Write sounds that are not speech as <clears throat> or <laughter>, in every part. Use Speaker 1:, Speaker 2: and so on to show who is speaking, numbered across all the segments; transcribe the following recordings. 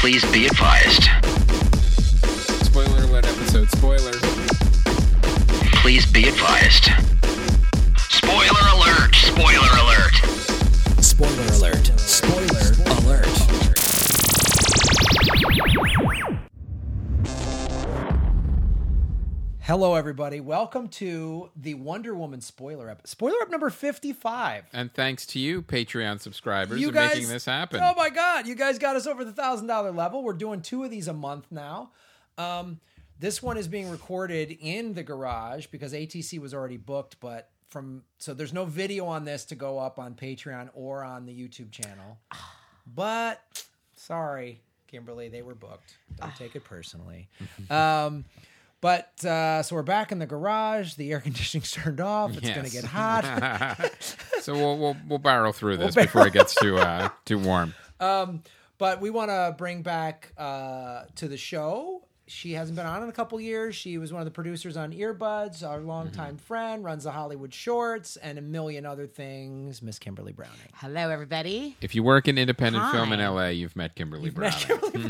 Speaker 1: Please be advised.
Speaker 2: Spoiler alert episode. Spoiler.
Speaker 1: Please be advised. Spoiler alert! Spoiler alert!
Speaker 3: Spoiler alert. Spoiler alert. Hello, everybody. Welcome to the Wonder Woman spoiler up. Spoiler up number 55.
Speaker 2: And thanks to you, Patreon subscribers,
Speaker 3: You
Speaker 2: for
Speaker 3: guys,
Speaker 2: making this happen. <laughs>
Speaker 3: Oh, my God. You guys got us over the $1,000 level. We're doing two of these a month now. Um, this one is being recorded in the garage because ATC was already booked, but from so there's no video on this to go up on Patreon or on the YouTube channel. But sorry, Kimberly, they were booked. Don't take it personally. Um, but uh, so we're back in the garage. The air conditioning's turned off. It's going to
Speaker 2: Yes. <laughs>
Speaker 3: get hot.
Speaker 2: so we'll, we'll we'll barrel through this
Speaker 3: barrel-
Speaker 2: before it gets too uh, too warm.
Speaker 3: but we want to bring back uh, to the show. She hasn't been on in a couple years. She was one of the producers on Earbuds, our longtime friend, runs the Hollywood Shorts and a million other things. Miss Kimberly Browning.
Speaker 4: Hello, everybody.
Speaker 2: If you work in independent
Speaker 4: Hi.
Speaker 2: film in LA, you've met Kimberly Brown.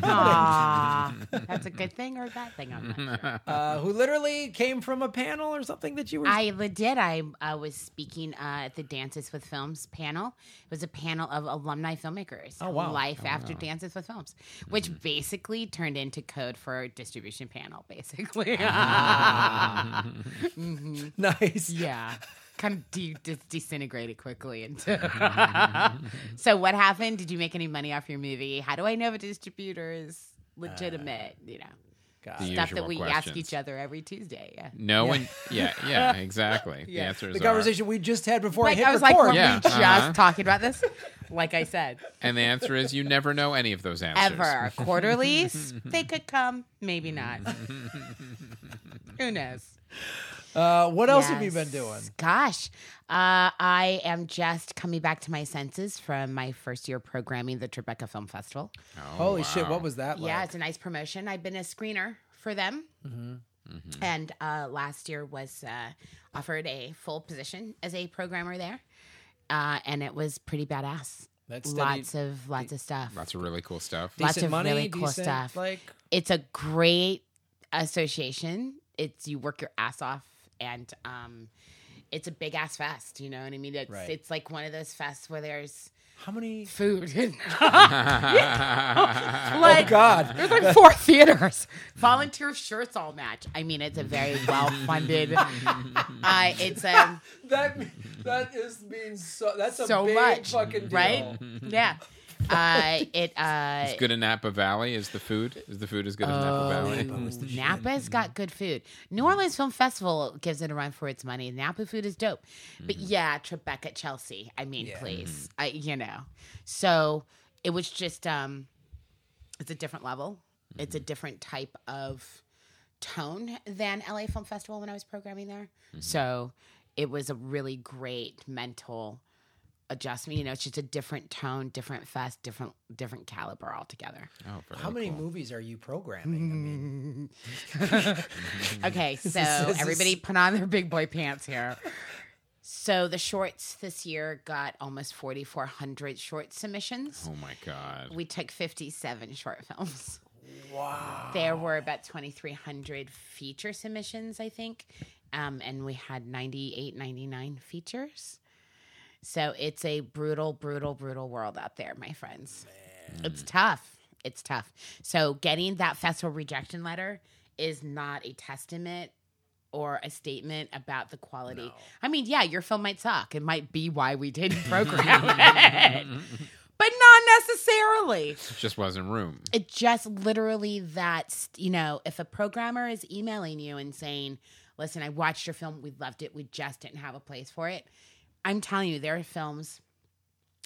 Speaker 4: Aw, that's a good thing or a bad thing. I'm not sure.
Speaker 3: Uh, who literally came from a panel or something that you were.
Speaker 4: I li- did. I uh, was speaking uh, at the Dances with Films panel. It was a panel of alumni filmmakers.
Speaker 3: Oh, wow. Mm-hmm.
Speaker 4: Life after Dances with Films, which basically turned into code for distribution panel,
Speaker 3: <laughs>
Speaker 4: basically.
Speaker 3: Ah. nice.
Speaker 4: <laughs> Yeah. Kind of de- dis- disintegrated quickly into. <laughs> so, what happened? Did you make any money off your movie? How do I know if a distributor is
Speaker 3: Uh,
Speaker 4: legitimate? you know,
Speaker 3: Got
Speaker 2: The
Speaker 3: it.
Speaker 4: stuff that
Speaker 2: usual
Speaker 4: we ask
Speaker 2: questions.
Speaker 4: each other every Tuesday. Yeah.
Speaker 2: No one. Yeah, yeah, exactly. The answer is
Speaker 3: The
Speaker 2: are.
Speaker 3: conversation we just had before I
Speaker 4: Like,
Speaker 3: hit
Speaker 4: I was like,
Speaker 3: record.
Speaker 4: were
Speaker 2: Yeah,
Speaker 4: we just
Speaker 2: uh-huh.
Speaker 4: talking about this? <laughs> Like I said,
Speaker 2: and the answer is you never know any <laughs> of those answers.
Speaker 4: ever. <laughs>
Speaker 2: <laughs>
Speaker 4: Quarterly, they could come, maybe not. Who knows?
Speaker 3: uh, what else have you been
Speaker 4: Yes.
Speaker 3: doing?
Speaker 4: Gosh, uh, I am just coming back to my senses from my first year programming the Tribeca Film Festival.
Speaker 2: Oh,
Speaker 3: Holy shit,
Speaker 2: wow.
Speaker 3: what was that like? Mm-hmm.
Speaker 4: Yeah, it's a nice promotion. I've been a screener for them. And uh, last year was uh, offered a full position as a programmer there. Uh, and it was pretty badass.
Speaker 3: That's steady-
Speaker 4: lots of lots of stuff.
Speaker 2: Lots of really cool stuff. <laughs>
Speaker 4: Lots
Speaker 3: Decent
Speaker 4: of
Speaker 3: money,
Speaker 4: really cool
Speaker 3: decent,
Speaker 4: stuff.
Speaker 3: Like,
Speaker 4: it's a great association. It's you work your ass off and um it's a big ass fest, you know what I mean? It's
Speaker 3: Right.
Speaker 4: it's like one of those fests where there's
Speaker 3: how many?
Speaker 4: food.
Speaker 3: Oh,
Speaker 4: <laughs>
Speaker 3: <laughs>
Speaker 4: like
Speaker 3: God.
Speaker 4: there's like four <laughs> theaters. Volunteer shirts all match. I mean, it's a very well funded uh it's a
Speaker 3: That that is means so. That's a
Speaker 4: So
Speaker 3: big
Speaker 4: much,
Speaker 3: fucking deal.
Speaker 4: right? Yeah. Uh it uh
Speaker 2: It's good in Napa Valley. Is the food? Is the food as good as Napa Valley?
Speaker 4: Oh. Um, Napa's got good food. New Orleans Film Festival gives it a run for its money. Napa food is dope. But yeah, Tribeca, Chelsea. I mean,
Speaker 3: Yeah.
Speaker 4: please. I you know. So it was just um it's a different level. It's a different type of tone than LA Film Festival when I was programming there. So it was a really great mental adjustment. You know, it's just a different tone, different fest, different different caliber altogether.
Speaker 2: Oh, very
Speaker 3: How many movies are you programming? I mean,
Speaker 4: Okay, so
Speaker 3: is-
Speaker 4: everybody put on their big boy pants here. So the shorts this year got almost 4,400 short submissions.
Speaker 2: Oh my god.
Speaker 4: We took 57 short films.
Speaker 3: wow.
Speaker 4: There were about 2,300 feature submissions, I think. Um, and we had 98, 99 features. So it's a brutal, brutal, brutal world out there, my friends. It's tough. It's tough. So getting that festival rejection letter is not a testament or a statement about the quality. I mean, yeah, your film might suck. It might be why we didn't program it. But not necessarily.
Speaker 2: just wasn't room.
Speaker 4: It just literally that, you know, if a programmer is emailing you and saying, listen, I watched your film, we loved it, we just didn't have a place for it. I'm telling you, there are films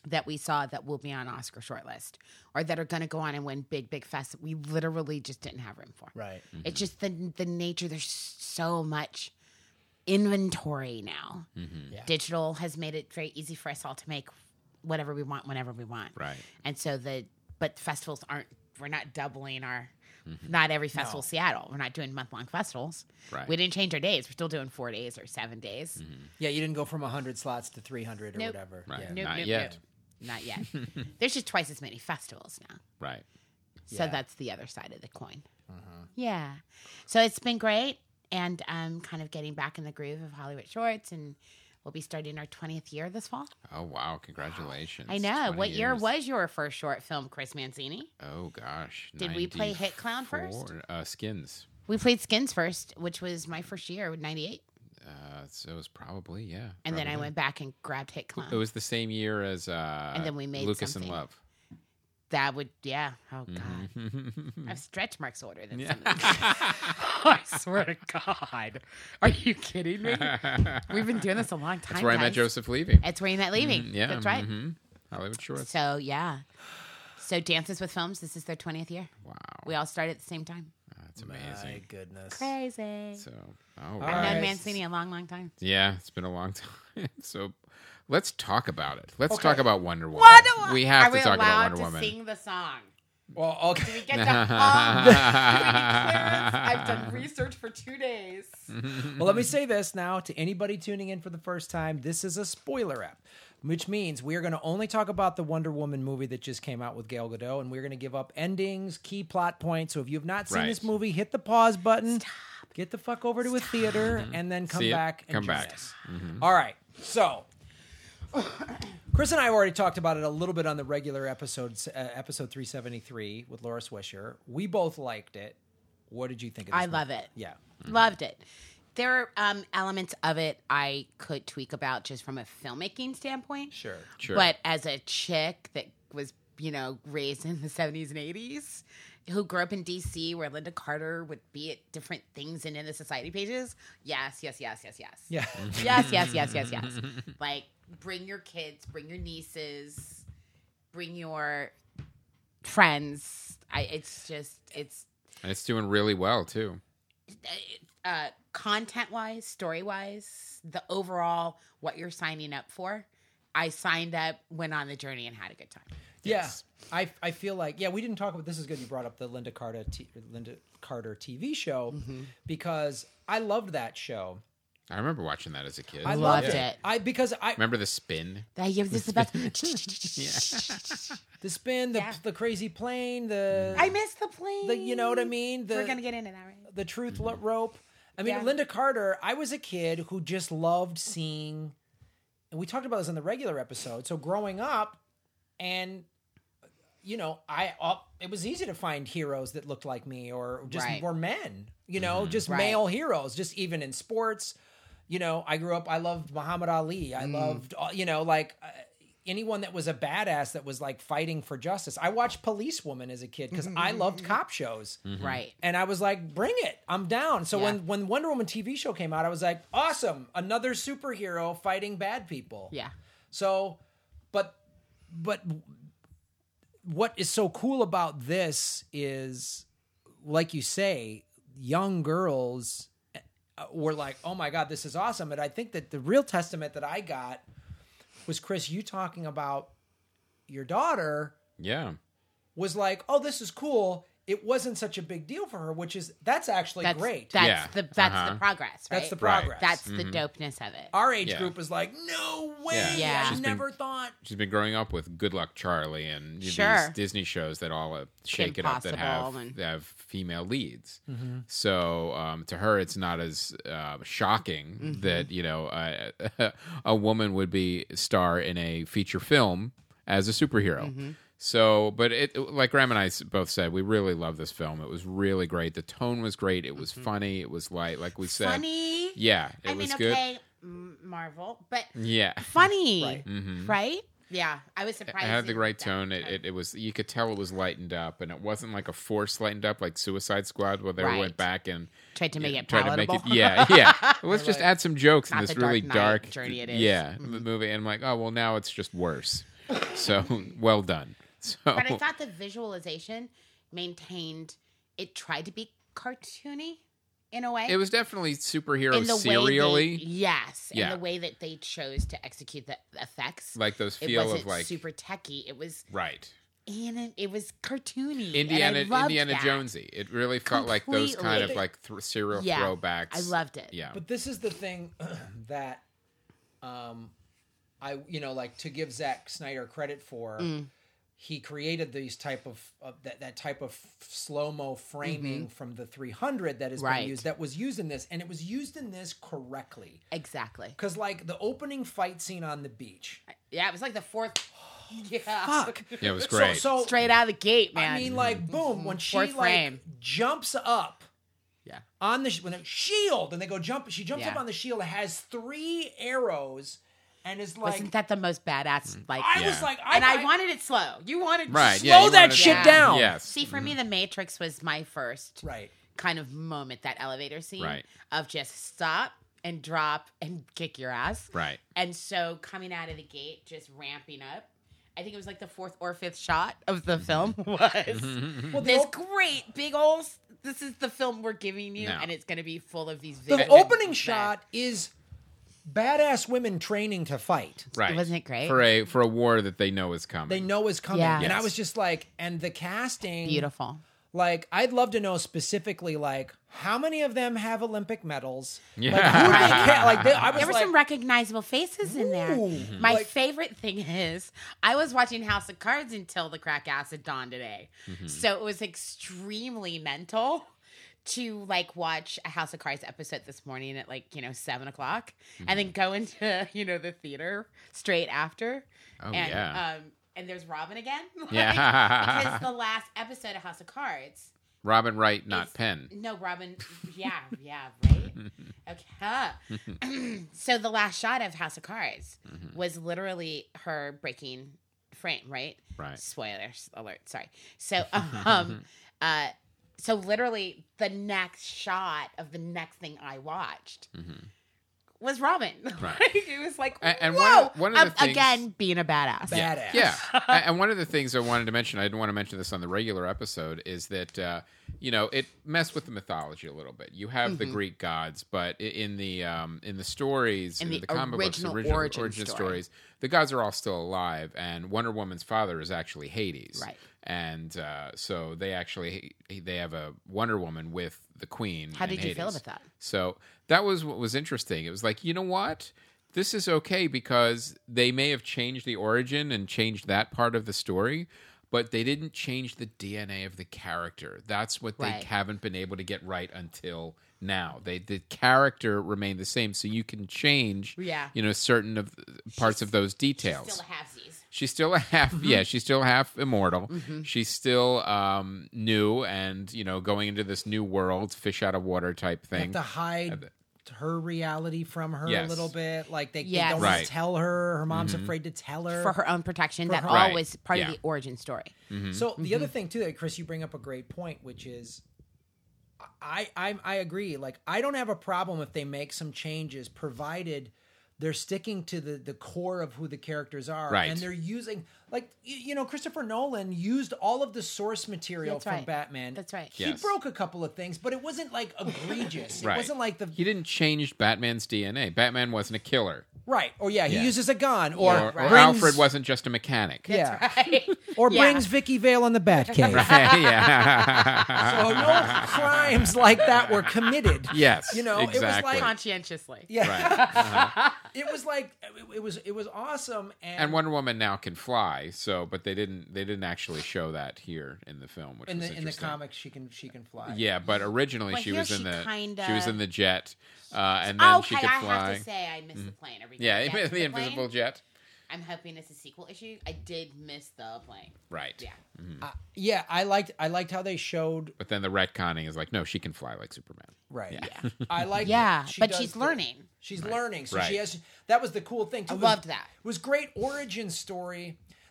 Speaker 4: that we saw that will be on Oscar shortlist or that are going to go on and win big, big fests that we literally just didn't have room for.
Speaker 3: Right.
Speaker 4: It's just the, the nature, there's so much inventory now.
Speaker 3: Yeah.
Speaker 4: Digital has made it very easy for us all to make whatever we want, whenever we want.
Speaker 2: Right.
Speaker 4: And so the but festivals aren't we're not doubling our not every festival is Seattle. We're not doing month long festivals.
Speaker 2: Mm-hmm. Right. Mm-hmm.
Speaker 4: We didn't change our days. We're still doing four days or seven days.
Speaker 3: Yeah, you didn't go from 100 slots to 300 or
Speaker 4: Nope.
Speaker 3: whatever.
Speaker 2: Right.
Speaker 3: Yeah.
Speaker 2: Not yet. <laughs>
Speaker 4: Nope. Not yet. There's just twice as many festivals now.
Speaker 2: Right.
Speaker 4: So
Speaker 3: Yeah. Mm-hmm.
Speaker 4: that's the other side of the coin. Yeah. So it's been great. And um, kind of getting back in the groove of Hollywood Shorts. And we'll be starting our 20th year this fall.
Speaker 2: Oh wow! Congratulations.
Speaker 4: I know.
Speaker 2: 20
Speaker 4: What year
Speaker 2: years.
Speaker 4: was your first short film, Chris Mancini?
Speaker 2: Oh gosh.
Speaker 4: Did we play Hit Clown
Speaker 2: 94?
Speaker 4: first?
Speaker 2: Uh, skins.
Speaker 4: We played Skins first, which was my first year with 98.
Speaker 2: Uh, so it was probably yeah.
Speaker 4: And then I
Speaker 2: probably.
Speaker 4: went back and grabbed Hit Clown.
Speaker 2: It was the same year as. Uh,
Speaker 4: And then we made
Speaker 2: Lucas
Speaker 4: something.
Speaker 2: and Love.
Speaker 4: that would, yeah. Oh, God.
Speaker 2: Mm-hmm.
Speaker 4: I have stretch marks older than some
Speaker 2: <laughs>
Speaker 4: of these. <laughs> I swear to God. Are you kidding me? We've been doing this a long time.
Speaker 2: That's where I met
Speaker 4: guys.
Speaker 2: Joseph Levy.
Speaker 4: It's where you met leaving.
Speaker 2: Yeah,
Speaker 4: That's right.
Speaker 2: hmm Hollywood Shorts.
Speaker 4: So, yeah. So, Dances with Films, this is their 20th year.
Speaker 2: Wow,
Speaker 4: We all started at the same time.
Speaker 2: that's amazing.
Speaker 3: My goodness.
Speaker 4: Crazy.
Speaker 2: So, oh,
Speaker 4: I've
Speaker 2: wow.
Speaker 3: right.
Speaker 4: known Mancini a long, long time.
Speaker 2: yeah, it's been a long <laughs> time. so, let's talk about it. Let's
Speaker 3: Okay.
Speaker 2: talk about Wonder Woman.
Speaker 4: Wonder Woman.
Speaker 2: We have
Speaker 4: Are
Speaker 2: to
Speaker 4: we
Speaker 2: talk about
Speaker 4: allowed
Speaker 2: Wonder
Speaker 4: to
Speaker 2: Woman.
Speaker 4: sing
Speaker 2: <laughs>
Speaker 4: the song?
Speaker 3: Well,
Speaker 4: Do
Speaker 3: okay.
Speaker 4: we get to hum? Do we get clearance? I've done research for two days.
Speaker 3: well,
Speaker 2: Mm.
Speaker 3: let me say this now to anybody tuning in for the first time. This is a spoiler app, which means we are going to only talk about the Wonder Woman movie that just came out with Gail Godot, and we're going to give up endings, key plot points. So if you have not seen
Speaker 2: Right.
Speaker 3: this movie, hit the pause button, get the fuck over to a theater, and then come
Speaker 2: Mm-hmm. See it?
Speaker 3: back and
Speaker 2: Come
Speaker 3: join
Speaker 2: back. Mm-hmm.
Speaker 3: us. All right, so. Chris and I already talked about it a little bit on the regular episode, uh, episode 373 with Laura Swisher. We both liked it. What did you think of this
Speaker 4: I
Speaker 3: movie?
Speaker 4: love it.
Speaker 3: Yeah.
Speaker 4: Mm-hmm. Loved it. There are um, elements of it I could tweak about just from a filmmaking standpoint.
Speaker 3: Sure.
Speaker 2: <laughs> Sure.
Speaker 4: But as a chick that was, you know, raised in the 70s and 80s, who grew up in DC where Linda Carter would be at different things and in the society pages, yes, yes, yes, yes, yes.
Speaker 3: Yeah.
Speaker 2: Mm-hmm.
Speaker 4: Yes, yes, yes, yes, yes. like, bring your kids, bring your nieces, bring your friends. I, it's just, it's
Speaker 2: and it's doing really well too.
Speaker 4: uh, content wise, story wise, the overall what you're signing up for. I signed up, went on the journey, and had a good time.
Speaker 3: Yeah, I, I feel like yeah we didn't talk about this is good you brought up the Linda Carter t- Linda Carter TV show because I loved that show.
Speaker 2: I remember watching that as a kid.
Speaker 3: I
Speaker 4: Loved
Speaker 3: loved
Speaker 4: it.
Speaker 3: I because I
Speaker 2: Remember the spin?
Speaker 4: That yeah, this is about.
Speaker 3: <laughs> the spin the
Speaker 4: Yeah.
Speaker 3: the crazy plane the
Speaker 4: I missed the plane.
Speaker 3: the you know what I mean the
Speaker 4: We're gonna get into that, right?
Speaker 3: the truth lo- rope. I mean
Speaker 4: Yeah.
Speaker 3: Linda Carter. I was a kid who just loved seeing, and we talked about this in the regular episode. So growing up, and you know, I uh, it was easy to find heroes that looked like me or just
Speaker 4: Right.
Speaker 3: were men, you know, just
Speaker 4: Right.
Speaker 3: male heroes, just even in sports. You know, I grew up, I loved Muhammad Ali. I loved, uh, you know, like uh, anyone that was a badass that was like fighting for justice. I watched Police Woman as a kid because I loved cop shows.
Speaker 2: Mm-hmm.
Speaker 4: Right.
Speaker 3: And I was like, bring it. I'm down. So
Speaker 4: Yeah.
Speaker 3: when when Wonder Woman TV show came out, I was like, awesome. Another superhero fighting bad people.
Speaker 4: Yeah.
Speaker 3: So, but but what is so cool about this is like you say, young girls uh, were like, "Oh my god, this is awesome." And I think that the real testament that I got was Chris you talking about your daughter
Speaker 2: Yeah.
Speaker 3: was like, "Oh, this is cool." It wasn't such a big deal for her, which is that's actually
Speaker 4: That's
Speaker 3: great.
Speaker 4: That's
Speaker 2: Yeah.
Speaker 4: the that's
Speaker 2: Uh-huh. Mm-hmm.
Speaker 4: the progress. Right.
Speaker 3: that's the
Speaker 2: Right.
Speaker 3: progress.
Speaker 4: That's the dopeness of it.
Speaker 3: our age
Speaker 2: Yeah.
Speaker 3: group is like, "No way!
Speaker 2: Yeah.
Speaker 4: Yeah.
Speaker 3: I
Speaker 4: She's
Speaker 2: been-
Speaker 3: never thought."
Speaker 2: She's been growing up with Good Luck Charlie and these
Speaker 4: Sure.
Speaker 2: Disney shows that all uh, shake it up that have,
Speaker 4: Possible and-
Speaker 2: that have female leads. So um, to her, it's not as uh, shocking
Speaker 4: Mm-hmm.
Speaker 2: that you know uh, a <laughs> woman would be star in a feature film as a superhero.
Speaker 4: Mm-hmm.
Speaker 2: So, but it like Graham and I s- both said, we really love this film. It was really great. The tone was great. It was funny. It was light, like we said.
Speaker 4: Mm-hmm. funny.
Speaker 2: Yeah, it
Speaker 4: I
Speaker 2: was
Speaker 4: mean,
Speaker 2: good. Mm-hmm.
Speaker 4: okay, M- Marvel, but
Speaker 2: Yeah.
Speaker 4: funny,
Speaker 3: Right.
Speaker 4: right? Yeah, I was
Speaker 2: I
Speaker 4: surprised.
Speaker 2: Mm-hmm. had the
Speaker 4: you-
Speaker 2: right
Speaker 4: that-
Speaker 2: tone. It, it, it was you could tell it was lightened up, and it wasn't like a force lightened up like Suicide Squad, where they
Speaker 4: Right.
Speaker 2: went back and
Speaker 4: tried to make it
Speaker 2: tried to make
Speaker 4: palatable.
Speaker 2: it. Yeah,
Speaker 4: <laughs>
Speaker 2: yeah. Let's just
Speaker 3: Like,
Speaker 2: add some jokes in
Speaker 4: not
Speaker 2: this
Speaker 4: the Dark
Speaker 2: really
Speaker 4: Knight
Speaker 2: dark
Speaker 4: journey it is. Mm-hmm.
Speaker 2: Yeah, m- movie, and I'm like, oh well, now it's just worse. So <laughs> well done. So
Speaker 4: But I thought the visualization maintained it tried to be cartoony in a way.
Speaker 2: it was definitely superhero
Speaker 4: in the way
Speaker 2: serially,
Speaker 4: they, yes, in
Speaker 2: Yeah.
Speaker 4: the way that they chose to execute the effects.
Speaker 2: like those
Speaker 4: it
Speaker 2: feel
Speaker 4: wasn't
Speaker 2: of like
Speaker 4: super techie. It was
Speaker 2: right
Speaker 4: and it, it was cartoony.
Speaker 2: Indiana
Speaker 4: and I loved
Speaker 2: Indiana
Speaker 4: that.
Speaker 2: Jonesy. It really felt like those kind of
Speaker 4: Completely.
Speaker 2: like th- serial
Speaker 4: Yeah,
Speaker 2: throwbacks.
Speaker 4: I loved it.
Speaker 2: Yeah,
Speaker 3: But this is the thing <clears throat> that
Speaker 4: Mm.
Speaker 3: um I you know like to give Zack Snyder credit for he created these type of, of that, that type of slow mo framing from the 300 that has
Speaker 4: Mm-hmm. Right.
Speaker 3: been used that was used in this, and it was used in this correctly
Speaker 4: Exactly.
Speaker 3: because like the opening fight scene on the beach.
Speaker 4: Yeah, it was like the
Speaker 2: <sighs>
Speaker 4: fourth. Yeah.
Speaker 3: Fuck,
Speaker 2: Yeah, it was great.
Speaker 3: So, so
Speaker 4: <laughs> Straight out of the gate, man. Mm-hmm.
Speaker 3: I mean, like boom when she
Speaker 4: Fourth
Speaker 3: like
Speaker 4: frame.
Speaker 3: jumps up.
Speaker 4: yeah.
Speaker 3: on the sh- when they shield and they go jump she jumps up
Speaker 4: Yeah.
Speaker 3: on the shield has three arrows and is like
Speaker 4: Wasn't that the most badass? Like,
Speaker 3: i
Speaker 2: Yeah.
Speaker 3: was like i,
Speaker 4: and I, wanted it slow. You wanted
Speaker 2: Mm. Right, Mm-hmm.
Speaker 4: Slow.
Speaker 2: yeah,
Speaker 3: slow
Speaker 2: you
Speaker 3: that
Speaker 2: wanted-
Speaker 3: shit
Speaker 4: Yeah.
Speaker 3: down
Speaker 2: Yes.
Speaker 4: See, for me, the Matrix was my first
Speaker 3: right
Speaker 4: kind of moment. That elevator scene
Speaker 2: Right.
Speaker 4: of just stop and drop and kick your ass.
Speaker 2: Right.
Speaker 4: And so coming out of the gate, just ramping up. I think it was like the fourth or fifth shot of
Speaker 2: Mm-hmm.
Speaker 4: the film <laughs> was
Speaker 3: well the,
Speaker 4: Hmm. this
Speaker 3: op-
Speaker 4: great big old. This is the film we're giving you,
Speaker 2: No.
Speaker 4: and it's going to be full of these.
Speaker 3: the
Speaker 4: vivid-
Speaker 3: opening
Speaker 4: that-
Speaker 3: shot is badass women training to fight
Speaker 2: Right.
Speaker 4: Wasn't it great?
Speaker 2: For a for a war that they know is coming.
Speaker 3: they know is coming
Speaker 4: Yeah.
Speaker 3: and i
Speaker 2: Yes.
Speaker 3: was just like and the casting
Speaker 4: Beautiful.
Speaker 3: like i'd love to know specifically like how many of them have olympic medals
Speaker 2: Yeah.
Speaker 3: like who
Speaker 2: <laughs>
Speaker 3: they ca- like they, i was
Speaker 4: There were
Speaker 3: like
Speaker 4: some recognizable faces in there.
Speaker 3: Ooh.
Speaker 2: Mm-hmm.
Speaker 3: Mhm.
Speaker 4: My
Speaker 3: Like-
Speaker 4: favorite thing is I was watching House of Cards until the crack acid dawned today.
Speaker 2: Mm-hmm.
Speaker 4: So it was extremely mental to like watch a House of Cards episode this morning at like, you know, seven o'clock and
Speaker 2: Mm-hmm.
Speaker 4: then go into, <laughs> you know, the theater straight after.
Speaker 2: Oh,
Speaker 4: and
Speaker 2: yeah.
Speaker 4: um and there's Robin again. <laughs> Like,
Speaker 2: Yeah.
Speaker 4: because the last episode of House of Cards
Speaker 2: Robin Wright, not
Speaker 4: is- <laughs>
Speaker 2: Penn.
Speaker 4: No, Robin. Yeah, yeah,
Speaker 2: <laughs>
Speaker 4: right. okay. <clears throat> so the last shot of House of Cards
Speaker 2: Mm-hmm.
Speaker 4: was literally her breaking frame, right?
Speaker 2: Right.
Speaker 4: Spoilers alert. Sorry.
Speaker 2: <laughs>
Speaker 4: So, um, uh, so literally the next shot of the next thing I watched. Was Robin?
Speaker 2: Mm-hmm.
Speaker 4: <laughs>
Speaker 2: Right.
Speaker 4: Like, it was like,
Speaker 2: A- and one
Speaker 4: whoa!
Speaker 2: of- one of the
Speaker 4: Um,
Speaker 2: things-
Speaker 4: again, being a badass.
Speaker 3: Yeah. badass
Speaker 2: Yeah. A- and one of the things I wanted to mention, I didn't want to mention this on the regular episode, is that, uh, you know, it messed with the mythology a little bit. You have
Speaker 4: Mm-hmm.
Speaker 2: the Greek gods, but i- in the um, in the stories,
Speaker 4: In
Speaker 2: in
Speaker 4: the
Speaker 2: the, comic books,
Speaker 4: original
Speaker 2: original
Speaker 4: origin
Speaker 2: origin,
Speaker 4: story.
Speaker 2: stories, the gods are all still alive, and Wonder Woman's father is actually Hades.
Speaker 4: Right.
Speaker 2: And uh, so they actually they have a Wonder Woman with the Queen.
Speaker 4: How
Speaker 2: and
Speaker 4: did you feel
Speaker 2: Hades.
Speaker 4: about that?
Speaker 2: So that was what was interesting. It was like, you know what? This is okay because they may have changed the origin and changed that part of the story, but they didn't change the DNA of the character. That's what they
Speaker 4: Right.
Speaker 2: haven't been able to get right until now. They the character remained the same, so you can change,
Speaker 4: Yeah.
Speaker 2: you know, certain of parts of those details.
Speaker 4: Still Mm-hmm. a halfsies.
Speaker 2: She's still a half, yeah, she's still half immortal.
Speaker 4: Mm-hmm.
Speaker 2: She's still um, new and, you know, going into this new world, fish out of water type
Speaker 3: They
Speaker 2: thing.
Speaker 3: have to hide her reality from her a
Speaker 2: Yes.
Speaker 3: little bit. Like they, they
Speaker 4: Yes.
Speaker 3: don't wanna
Speaker 2: Right. Mm-hmm.
Speaker 3: tell her. Her mom's afraid to tell her.
Speaker 4: for her own protection. that
Speaker 3: her-
Speaker 4: all
Speaker 2: Right.
Speaker 4: was part
Speaker 2: Yeah.
Speaker 4: of the origin story.
Speaker 2: <laughs> Mm-hmm.
Speaker 3: So the
Speaker 4: Mm-hmm.
Speaker 3: other thing too, that Chris, you bring up a great point, which is. I, I I agree. Like I don't have a problem if they make some changes, provided they're sticking to the the core of who the characters are,
Speaker 2: Right.
Speaker 3: and they're using like you, you know Christopher Nolan used all of the source material
Speaker 4: That's
Speaker 3: from
Speaker 4: right.
Speaker 3: Batman.
Speaker 4: That's right.
Speaker 3: He
Speaker 2: Yes.
Speaker 3: broke a couple of things, but it wasn't
Speaker 4: <laughs>
Speaker 3: like egregious.
Speaker 2: Right.
Speaker 3: It wasn't like the
Speaker 2: He didn't change Batman's DNA. Batman wasn't a killer.
Speaker 3: right. Or yeah, he
Speaker 2: Yeah.
Speaker 3: uses a gun, or,
Speaker 2: Or, or
Speaker 3: brings-
Speaker 2: Alfred wasn't just a mechanic.
Speaker 3: <laughs> yeah.
Speaker 4: or
Speaker 3: or
Speaker 4: yeah.
Speaker 3: brings Vicky Vale on the
Speaker 2: <laughs>
Speaker 3: Batcave.
Speaker 4: <laughs>
Speaker 2: yeah.
Speaker 3: So no crimes like that were
Speaker 2: <laughs>
Speaker 3: committed.
Speaker 2: Yes,
Speaker 3: you know,
Speaker 2: exactly.
Speaker 3: it was like
Speaker 4: conscientiously.
Speaker 3: yeah,
Speaker 2: Right.
Speaker 4: Uh-huh.
Speaker 3: it was like it, it was it was awesome and,
Speaker 2: And Wonder Woman now can fly, so but they didn't they didn't actually show that here in the film, which
Speaker 3: in
Speaker 2: was
Speaker 3: the in the
Speaker 2: interesting.
Speaker 3: comics she can she can fly.
Speaker 2: Yeah, but originally
Speaker 4: Well,
Speaker 2: she
Speaker 4: here
Speaker 2: was in
Speaker 4: she
Speaker 2: the
Speaker 4: kinda-
Speaker 2: she was in the jet, uh, and then
Speaker 4: Oh,
Speaker 2: she
Speaker 4: okay,
Speaker 2: could
Speaker 4: I
Speaker 2: fly. Mm-hmm.
Speaker 4: have to say I missed the plane. Are we gonna
Speaker 2: yeah,
Speaker 4: get to
Speaker 2: <laughs> the invisible
Speaker 4: plane?
Speaker 2: jet.
Speaker 4: I'm hoping it's a sequel issue. I did miss the plane.
Speaker 2: Right.
Speaker 4: Yeah.
Speaker 3: I- yeah, I liked I liked how they showed
Speaker 2: But then the retconning is like, no, she can fly like Superman.
Speaker 3: right. I like
Speaker 4: Yeah, but she's
Speaker 3: the-
Speaker 4: learning.
Speaker 3: She's learning, so she
Speaker 2: Right.
Speaker 3: has. That was the cool thing. Too.
Speaker 4: I
Speaker 3: It was-
Speaker 4: loved that.
Speaker 3: It was great origin story.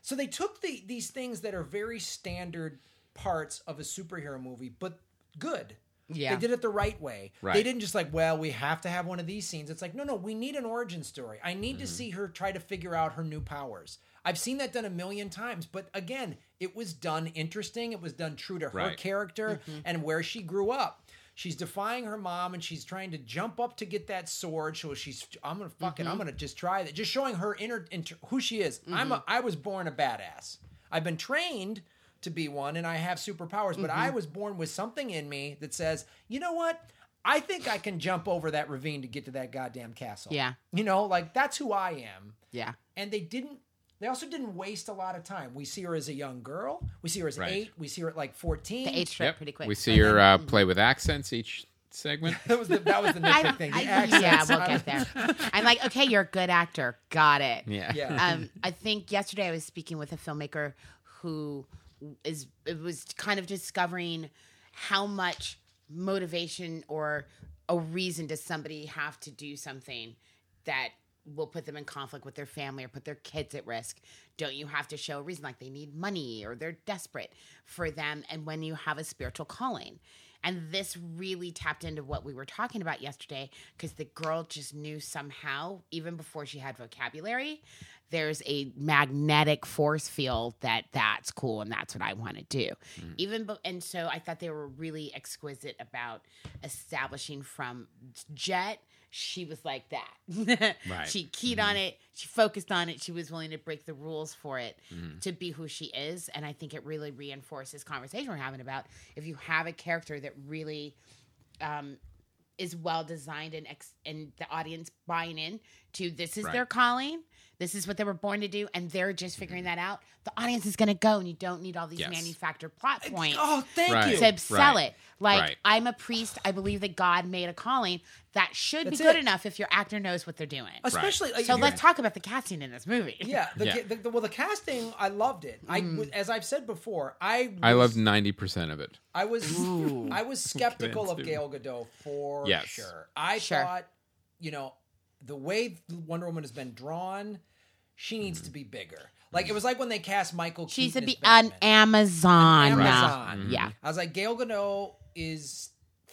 Speaker 3: So they took the, these things that are very standard parts of a superhero movie, but good.
Speaker 4: Yeah.
Speaker 3: they did it the right way. They
Speaker 2: Right.
Speaker 3: didn't just like, well, we have to have one of these scenes. It's like, no, no, we need an origin story. I need
Speaker 2: Mm-hmm.
Speaker 3: to see her try to figure out her new powers. I've seen that done a million times, but again, it was done interesting. It was done true to her
Speaker 2: Right.
Speaker 3: character
Speaker 4: Mm-hmm.
Speaker 3: and where she grew up. She's defying her mom and she's trying to jump up to get that sword. So she's, I'm gonna fuck it. I'm
Speaker 4: Mm-hmm.
Speaker 3: gonna just try that. Just showing her inner, inter, who she is. I'm
Speaker 4: Mm-hmm.
Speaker 3: a, I was born a badass. I've been trained to be one and I have superpowers, but
Speaker 4: Mm-hmm.
Speaker 3: I was born with something in me that says, you know what? I think I can jump over that ravine to get to that goddamn castle.
Speaker 4: Yeah.
Speaker 3: You know, like that's who I am
Speaker 4: Yeah.
Speaker 3: and they didn't They also didn't waste a lot of time. We see her as a young girl. We see her as
Speaker 2: Right.
Speaker 3: eight. We see her at like fourteen.
Speaker 4: The age
Speaker 2: Yep.
Speaker 4: trip pretty quick.
Speaker 2: We see her uh, play with accents each
Speaker 4: <laughs>
Speaker 2: segment.
Speaker 3: that was the, that was the
Speaker 4: I,
Speaker 3: nitpick thing. The
Speaker 4: I- yeah,
Speaker 3: accents.
Speaker 4: we'll get there. I'm like, okay, you're a good actor. Got it.
Speaker 2: Yeah.
Speaker 3: Yeah.
Speaker 4: Um, I think yesterday I was speaking with a filmmaker who is it was kind of discovering how much motivation or a reason does somebody have to do something that will put them in conflict with their family or put their kids at risk. Don't you have to show a reason like they need money or they're desperate for them and when you have a spiritual calling. And this really tapped into what we were talking about yesterday because the girl just knew somehow, even before she had vocabulary, there's a magnetic force field that that's cool and that's what I want to do. Even bo- and so I thought they were really exquisite about establishing from Jet. She was like that. <laughs>
Speaker 2: Right.
Speaker 4: She keyed
Speaker 2: Mm-hmm.
Speaker 4: on it. She focused on it. She was willing to break the rules for it
Speaker 2: Mm-hmm.
Speaker 4: to be who she is. And I think it really reinforced this conversation we're having about if you have a character that really um, is well designed and ex- and the audience buying in to this is their
Speaker 2: Right.
Speaker 4: calling, this is what they were born to do, and they're just figuring that out. The audience is going to go, and you don't need all these
Speaker 2: Mm-hmm. Yes.
Speaker 4: manufactured plot points
Speaker 3: Oh, thank
Speaker 2: Right.
Speaker 3: you.
Speaker 4: to sell
Speaker 2: Right.
Speaker 4: it. Like
Speaker 2: Right.
Speaker 4: I'm a priest. I believe that God made a calling. That should
Speaker 3: That's
Speaker 4: be good
Speaker 3: it.
Speaker 4: enough if your actor knows what they're doing.
Speaker 3: Especially like,
Speaker 4: so
Speaker 3: yeah.
Speaker 4: let's talk about the casting in this movie.
Speaker 3: Yeah, the,
Speaker 2: Yeah.
Speaker 3: The, the- well, the casting, I loved it. I
Speaker 4: Mm.
Speaker 3: was as I've said before, I was,
Speaker 2: I loved ninety percent of it.
Speaker 3: I was I was skeptical of
Speaker 2: Good
Speaker 3: Gail Godot for
Speaker 2: Yes.
Speaker 3: sure. I
Speaker 4: Sure.
Speaker 3: thought, you know, the way Wonder Woman has been drawn, she
Speaker 2: Mm.
Speaker 3: needs to be bigger. Like it was like when they cast Michael.
Speaker 4: <laughs> She should
Speaker 3: Keaton as
Speaker 4: be on
Speaker 3: Batman.
Speaker 4: Amazon.
Speaker 3: Amazon. Mm-hmm.
Speaker 4: Yeah.
Speaker 3: I was like, Gail Godot is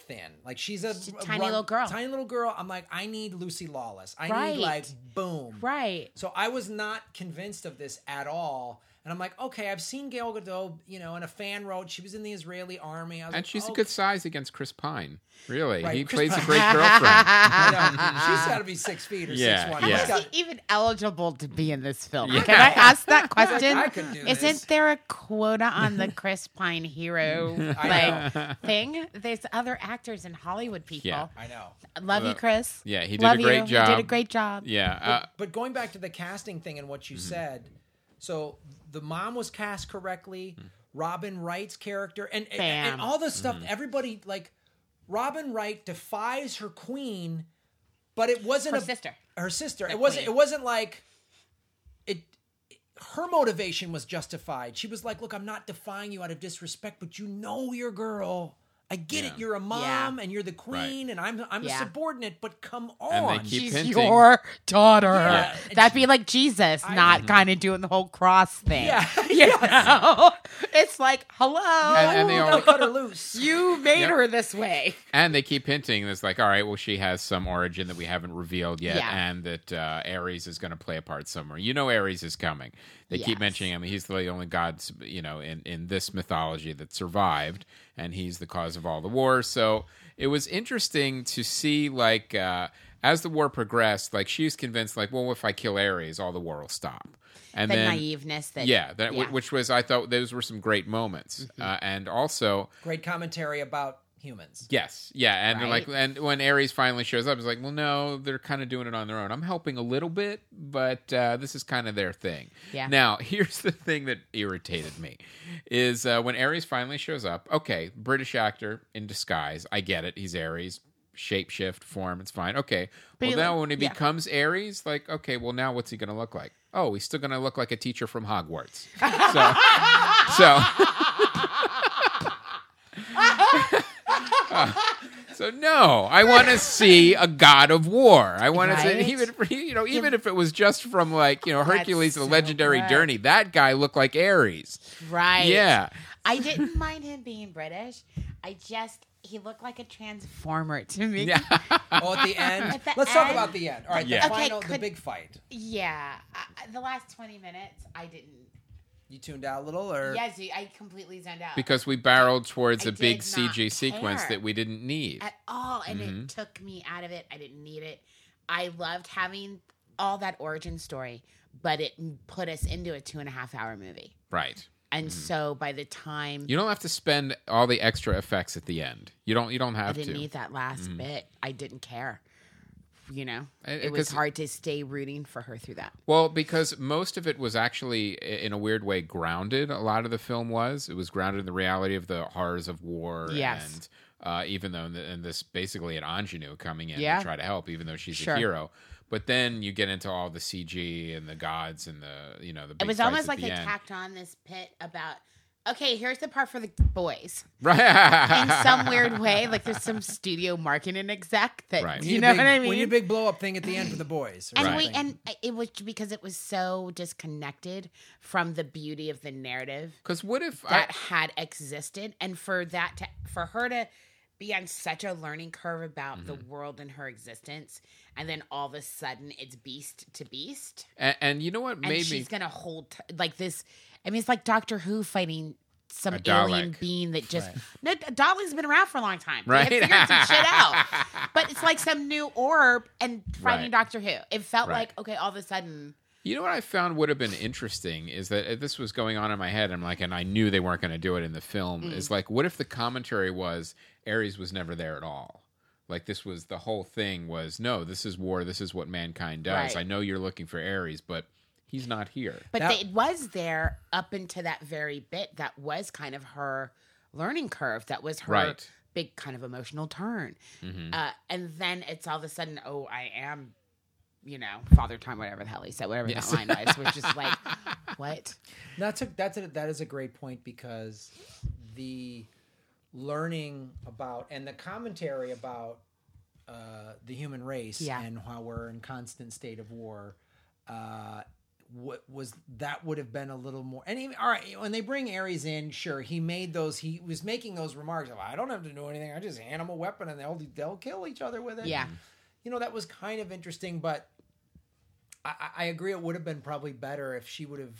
Speaker 3: thin. Like she's a,
Speaker 4: a tiny little girl.
Speaker 3: Tiny little girl. I'm like, I need Lucy Lawless. I
Speaker 4: Right.
Speaker 3: need like boom.
Speaker 4: Right.
Speaker 3: So I was not convinced of this at all. And I'm like, okay, I've seen Gail Godot, you know, and a fan wrote she was in the Israeli army. I was
Speaker 2: And
Speaker 3: like,
Speaker 2: she's
Speaker 3: oh,
Speaker 2: a good size against Chris Pine. Really,
Speaker 3: Right,
Speaker 2: he
Speaker 3: Chris
Speaker 2: plays
Speaker 3: Pine.
Speaker 2: a great
Speaker 3: <laughs>
Speaker 2: girlfriend.
Speaker 3: I know. she's got to be six feet or
Speaker 2: Yeah,
Speaker 3: six
Speaker 2: yeah.
Speaker 3: one. She's
Speaker 4: How is
Speaker 3: got-
Speaker 4: he even eligible to be in this film?
Speaker 2: Yeah.
Speaker 4: Can I ask that
Speaker 3: <laughs>
Speaker 4: question?
Speaker 3: I could do
Speaker 4: Isn't
Speaker 3: this.
Speaker 4: there a quota on the Chris Pine hero
Speaker 3: I
Speaker 4: like thing? There's other actors in Hollywood, people.
Speaker 2: Yeah.
Speaker 3: I know.
Speaker 4: Love you,
Speaker 2: Well,
Speaker 4: Chris.
Speaker 2: yeah, he did
Speaker 4: Love
Speaker 2: a great
Speaker 4: you.
Speaker 2: job.
Speaker 4: You did a great job.
Speaker 2: yeah, uh,
Speaker 3: But going back to the casting thing and what you
Speaker 2: Mm-hmm.
Speaker 3: said, so the mom was cast correctly.
Speaker 2: Mm.
Speaker 3: Robin Wright's character and and-
Speaker 4: Bam.
Speaker 3: and all the
Speaker 2: Mm-hmm.
Speaker 3: stuff. Everybody like Robin Wright defies her queen, but it wasn't
Speaker 4: Her
Speaker 3: a,
Speaker 4: sister.
Speaker 3: Her sister. it wasn't.
Speaker 4: queen.
Speaker 3: It wasn't like it. Her motivation was justified. She was like, "Look, I'm not defying you out of disrespect, but you know your girl. I get it. You're a mom and you're the queen, and I'm I'm
Speaker 4: Yeah.
Speaker 3: a subordinate. But come on,
Speaker 2: And they keep
Speaker 4: She's
Speaker 2: hinting.
Speaker 4: your daughter.
Speaker 3: Yeah.
Speaker 4: That'd be like Jesus, not kind of doing the whole cross thing.
Speaker 3: Yeah.
Speaker 4: <laughs> You know? It's like, hello.
Speaker 2: And- and they
Speaker 3: Don't
Speaker 2: always-
Speaker 3: cut her
Speaker 4: <laughs>
Speaker 3: loose.
Speaker 4: you made
Speaker 2: Yep.
Speaker 4: her this way.
Speaker 2: and they keep hinting. and It's like, all right, well, she has some origin that we haven't revealed yet,
Speaker 4: Yeah.
Speaker 2: and that uh, Ares is going to play a part somewhere. You know, Ares is coming. They
Speaker 4: Yes.
Speaker 2: keep mentioning him. He's the only god, you know, in in this mythology that survived, and he's the cause of all the wars. So it was interesting to see, like, uh, as the war progressed, like she's convinced, like, well, if I kill Ares, all the war will stop. And
Speaker 4: The
Speaker 2: then,
Speaker 4: naiveness that.
Speaker 2: yeah, that,
Speaker 4: yeah. Mm-hmm.
Speaker 2: which was I thought those were some great moments, uh, and also
Speaker 3: great commentary about humans.
Speaker 4: <laughs>
Speaker 2: Yes, yeah, and
Speaker 4: Right?
Speaker 2: like, and when Ares finally shows up, it's like, well, no, they're kind of doing it on their own. I'm helping a little bit, but uh, this is kind of their thing.
Speaker 4: Yeah.
Speaker 2: Now, <laughs> here's the thing that irritated me is uh, when Ares finally shows up. Okay, British actor in disguise. I get it. He's Ares. Shapeshift form. It's fine. Okay.
Speaker 4: But
Speaker 2: well,
Speaker 4: you
Speaker 2: now
Speaker 4: like-
Speaker 2: when he
Speaker 4: yeah.
Speaker 2: becomes Ares, like, okay, well, now what's he going to look like? Oh, he's still going to look like a teacher from
Speaker 4: <laughs>
Speaker 2: Hogwarts. So. so So no, I want to see a god of war. I want to
Speaker 4: Right?
Speaker 2: see even <laughs> if- you know even if it was just from like you know Hercules, the
Speaker 4: so
Speaker 2: legendary
Speaker 4: good.
Speaker 2: journey. That guy looked like Ares.
Speaker 4: Right.
Speaker 2: Yeah,
Speaker 4: I didn't mind him being British. I just, he looked like a transformer to me.
Speaker 2: yeah.
Speaker 3: Oh, at the end.
Speaker 4: At the
Speaker 3: Let's talk
Speaker 4: end?
Speaker 3: about the end. All right,
Speaker 2: Yeah.
Speaker 3: the
Speaker 4: Okay,
Speaker 3: final, the
Speaker 4: could-
Speaker 3: big fight.
Speaker 4: <laughs> Yeah, I, I- the last twenty minutes, I didn't.
Speaker 3: You tuned out a little,
Speaker 2: Er
Speaker 3: or
Speaker 4: Yes, I completely zoned out
Speaker 2: because we barreled towards
Speaker 4: I
Speaker 2: a big
Speaker 4: did
Speaker 2: CG
Speaker 4: not
Speaker 2: sequence
Speaker 4: care.
Speaker 2: that we didn't need.
Speaker 4: at all, and
Speaker 2: Mm-hmm.
Speaker 4: it took me out of it. I didn't need it. I loved having all that origin story, but it put us into a two and a half hour movie.
Speaker 2: right.
Speaker 4: And so by the time
Speaker 2: Mm-hmm. You don't have to spend all the extra effects at the end. You don't. You don't
Speaker 4: I
Speaker 2: have Mm-hmm.
Speaker 4: didn't
Speaker 2: to.
Speaker 4: need that last bit, I didn't care. you know,
Speaker 2: I-
Speaker 4: it was
Speaker 2: uh, 'cause-
Speaker 4: hard to stay rooting for her through that.
Speaker 2: Well, because most of it was actually, i- in a weird way, grounded. A lot of the film was. It was grounded in the reality of the horrors of war.
Speaker 4: Yes.
Speaker 2: And uh, even though, and this basically an ingenue coming in
Speaker 4: Yeah.
Speaker 2: to try to help, even though she's
Speaker 4: Sure.
Speaker 2: a hero. But then you get into all the CG and the gods and the, you know, the. Big
Speaker 4: It was
Speaker 2: fights
Speaker 4: almost
Speaker 2: at
Speaker 4: like
Speaker 2: the
Speaker 4: they
Speaker 2: end.
Speaker 4: tacked on this pit about, okay, here's the part for the
Speaker 2: <laughs>
Speaker 4: boys.
Speaker 2: <laughs> Right.
Speaker 4: In some weird way, like there's some studio marketing exec that,
Speaker 2: Right.
Speaker 4: you
Speaker 3: need a
Speaker 4: know
Speaker 3: big-
Speaker 4: what I mean?
Speaker 3: We need a big blow up thing at the end for the boys. or
Speaker 4: And we
Speaker 3: something.
Speaker 4: and it was because it was so disconnected from the beauty of the narrative
Speaker 2: Because what if I-
Speaker 4: that had existed, and for that to for her to be on such a learning curve about the world and her existence, and then all of a sudden it's beast to beast,
Speaker 2: and, and you know what
Speaker 4: and
Speaker 2: made me
Speaker 4: she's gonna hold t- like this. I mean, it's like Doctor Who fighting some
Speaker 2: A
Speaker 4: alien
Speaker 2: Dalek.
Speaker 4: being that just
Speaker 3: Right.
Speaker 4: no. Dalek's been around for a long time, They
Speaker 2: right?
Speaker 4: had figured some shit
Speaker 2: <laughs>
Speaker 4: out but it's like some new orb and
Speaker 2: Right.
Speaker 4: finding Doctor Who. It felt
Speaker 2: Right.
Speaker 4: like okay, all of a sudden,
Speaker 2: You know what I found would have been interesting is that uh, this was going on in my head. I'm like, and I knew they weren't going to do it in the film.
Speaker 4: Mm.
Speaker 2: Is like, what if the commentary was Ares was never there at all? Like this was the whole thing was no, this is war. This is what mankind does.
Speaker 4: Right.
Speaker 2: I know you're looking for Ares, but he's not here.
Speaker 4: but
Speaker 3: That-
Speaker 4: they- it was there up into that very bit that was kind of her learning curve. That was her
Speaker 2: Right.
Speaker 4: big kind of emotional turn.
Speaker 2: Mhm.
Speaker 4: Uh, and then it's all of a sudden, oh, I am, you know, Father Time, whatever the hell he said, whatever
Speaker 2: Yes.
Speaker 4: that line was, which is like,
Speaker 2: <laughs>
Speaker 4: what?
Speaker 3: That's a that's a, that is a great point because the learning about and the commentary about uh, the human race
Speaker 4: Yeah.
Speaker 3: and how we're in constant state of war. Uh, what was that would have been a little more and even, all right when they bring aries in sure he made those he was making those remarks of i don't have to do anything i just hand them a weapon and they'll they'll kill each other with it
Speaker 4: Yeah.
Speaker 3: you know that was kind of interesting but I, I- I agree it would have been probably better if she would have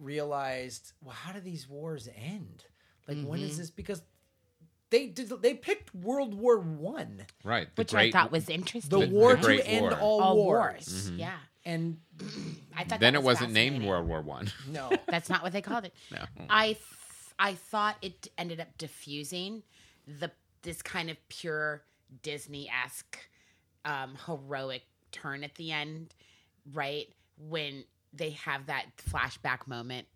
Speaker 3: realized well how do these wars end like when
Speaker 4: Mm-hmm.
Speaker 3: is this because they did they picked world war one
Speaker 2: Right. The
Speaker 4: Which I thought was interesting.
Speaker 3: the,
Speaker 2: The- the
Speaker 3: war
Speaker 2: Great
Speaker 3: to end
Speaker 2: War. Mm-hmm.
Speaker 3: all,
Speaker 4: all
Speaker 3: wars.
Speaker 4: wars. Yeah.
Speaker 3: and
Speaker 4: I thought
Speaker 2: then
Speaker 4: that
Speaker 2: it wasn't named
Speaker 4: fascinating.
Speaker 2: World War
Speaker 4: <laughs>
Speaker 2: One.
Speaker 3: no
Speaker 4: That's not what they called it.
Speaker 2: <laughs> No.
Speaker 4: I th- I thought it ended up diffusing the this kind of pure Disney esque um, heroic turn at the end, right when they have that flashback moment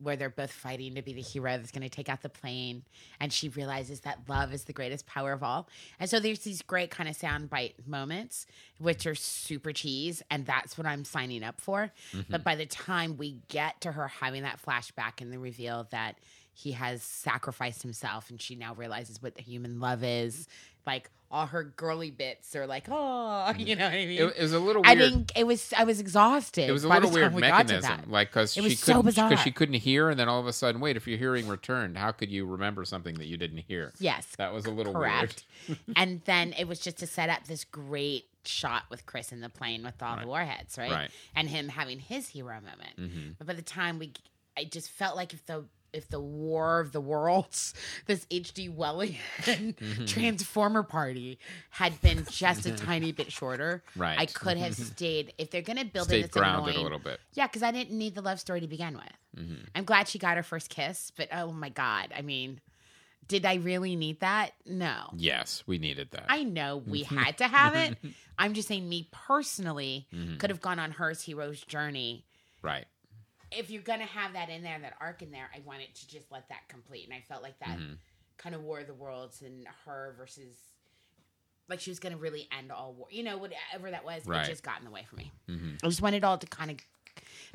Speaker 4: where they're both fighting to be the hero that's going to take out the plane and she realizes that love is the greatest power of all and so there's these great kind of soundbite moments which are super cheese and that's what i'm signing up for but by the time we get to her having that flashback and the reveal that he has sacrificed himself and she now realizes what the human love is like all her girly bits are like oh you know what i mean
Speaker 2: Mm-hmm. It, it was a little.
Speaker 4: I
Speaker 2: Weird.
Speaker 4: didn't. It was. I was exhausted.
Speaker 2: It was a
Speaker 4: by the
Speaker 2: little weird
Speaker 4: time we got to
Speaker 2: mechanism,
Speaker 4: that.
Speaker 2: like because she
Speaker 4: It was
Speaker 2: couldn't
Speaker 4: so bizarre.
Speaker 2: because she couldn't hear, and then all of a sudden, wait, if your hearing returned, how could you remember something that you didn't hear?
Speaker 4: Yes,
Speaker 2: that was a little <laughs>
Speaker 4: correct. and then it was just to set up this great shot with Chris in the plane with all the warheads, right?
Speaker 2: Right.
Speaker 4: And him having his hero moment.
Speaker 2: weird. hmm
Speaker 4: But by the time we, I just felt like if the if the war of the worlds, <laughs> this H.D. Welling
Speaker 2: Mm-hmm.
Speaker 4: <laughs> Transformer party had been
Speaker 2: <laughs>
Speaker 4: just a tiny bit shorter,
Speaker 2: Right. Mm-hmm.
Speaker 4: I could have stayed. If they're going to build in
Speaker 2: Stayed
Speaker 4: this
Speaker 2: grounded
Speaker 4: annoying,
Speaker 2: a little bit.
Speaker 4: Yeah, because I didn't need the love story to begin with. I'm glad she got her first kiss, but oh my God. I mean, did I really need that? No.
Speaker 2: Yes, we needed that.
Speaker 4: I know we had to have it. I'm just saying, me personally could have gone on hers hero's journey.
Speaker 2: right.
Speaker 4: If you're going to have that in there, that arc in there, I wanted to just let that complete. And I felt like that
Speaker 2: Mm-hmm.
Speaker 4: kind of War of the Worlds and her versus. Like she was going to really end all war, you know, whatever that was.
Speaker 2: Right.
Speaker 4: It just got in the way for me.
Speaker 2: hmm
Speaker 4: I just wanted all to kind of.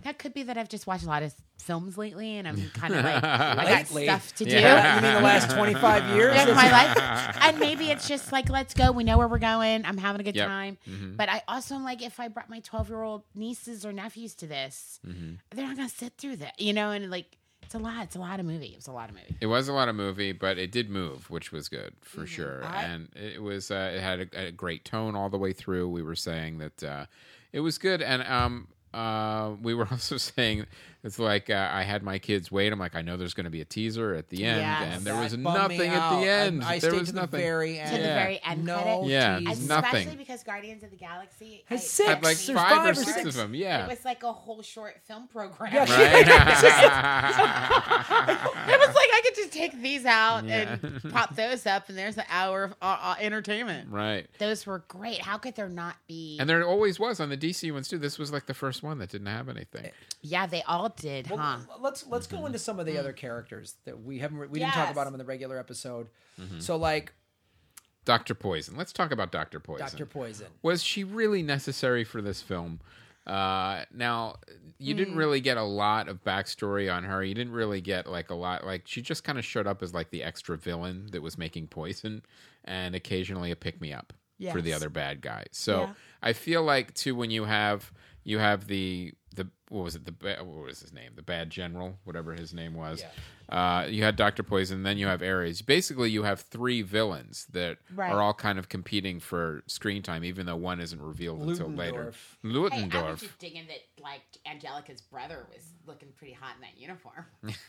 Speaker 4: That could be that I've just watched a lot of films lately, and I'm kind of like I
Speaker 3: <laughs>
Speaker 4: got
Speaker 3: Lately.
Speaker 4: stuff to do.
Speaker 2: Yeah.
Speaker 3: you mean
Speaker 2: <laughs>
Speaker 3: the last 25 years
Speaker 4: in my life, and maybe it's just like let's go. We know where we're going. I'm having a good
Speaker 2: Yep. Mm-hmm.
Speaker 4: time. But I also am like if I brought my 12 year old nieces or nephews to this,
Speaker 2: Mm-hmm.
Speaker 4: they're not gonna sit through that, you know. And like it's a lot. It's a lot of movie. It was a lot of movie.
Speaker 2: It was a lot of movie, but it did move, which was good for
Speaker 4: Mm-hmm.
Speaker 2: sure.
Speaker 3: I-
Speaker 2: and it was uh, it had a, a great tone all the way through. We were saying that uh, it was good, and um, uh, we were <laughs> also saying It's like uh, I had my kids wait. I'm like, I know there's going to be a teaser at the end,
Speaker 4: Yes.
Speaker 2: and there
Speaker 3: That
Speaker 2: was
Speaker 3: bummed me
Speaker 2: nothing at
Speaker 3: out.
Speaker 2: the end.
Speaker 3: I, I
Speaker 2: there
Speaker 3: stayed
Speaker 2: was
Speaker 3: to
Speaker 2: nothing.
Speaker 3: the very end.
Speaker 4: to the
Speaker 2: Yeah.
Speaker 4: very end
Speaker 3: No
Speaker 4: credit.
Speaker 2: Yeah,
Speaker 3: tease.
Speaker 2: nothing.
Speaker 4: Especially because Guardians of the Galaxy
Speaker 3: Has
Speaker 4: I-
Speaker 3: six
Speaker 2: Had like five or
Speaker 3: or five or
Speaker 2: six, of
Speaker 3: six.
Speaker 2: them.
Speaker 4: It
Speaker 2: Yeah.
Speaker 4: was like a whole short film program.
Speaker 3: Yeah, she-
Speaker 4: <laughs>
Speaker 2: <laughs> Right.
Speaker 4: It was like I could just take these out
Speaker 2: Yeah. <laughs>
Speaker 4: and pop those up, and there's an hour of uh, uh, entertainment.
Speaker 2: right.
Speaker 4: Those were great. How could there not be?
Speaker 2: And there always was on the DC ones too. This was like the first one that didn't have anything.
Speaker 4: yeah, they all did,
Speaker 3: Well,
Speaker 4: huh? Mm.
Speaker 3: Let's let's
Speaker 2: Mm-hmm.
Speaker 3: go into some of the other characters that we haven't re- we didn't talk
Speaker 4: Yes.
Speaker 3: about them in the regular episode.
Speaker 2: Mm-hmm.
Speaker 3: So like
Speaker 2: Doctor Poison. Let's talk about Doctor Poison.
Speaker 3: Doctor Poison.
Speaker 2: was she really necessary for this film? Uh, now you
Speaker 4: Hmm.
Speaker 2: didn't really get a lot of backstory on her. You didn't really get like a lot. Like she just kind of showed up as like the extra villain that was making poison, and occasionally a pick me up for the
Speaker 4: Yes.
Speaker 2: other bad guy. So
Speaker 4: Yeah.
Speaker 2: I feel like too when you have you have the the what was it the ba- what was his name the bad general whatever his name was. Uh, you had Doctor Poison, then you have Ares. Basically, you have three villains that
Speaker 4: Right.
Speaker 2: are all kind of competing for screen time, even though one isn't revealed until later.
Speaker 4: Hey, I was
Speaker 2: Ludendorff.
Speaker 4: just digging that like Angelica's brother was looking pretty hot in
Speaker 2: <laughs>
Speaker 4: that uniform.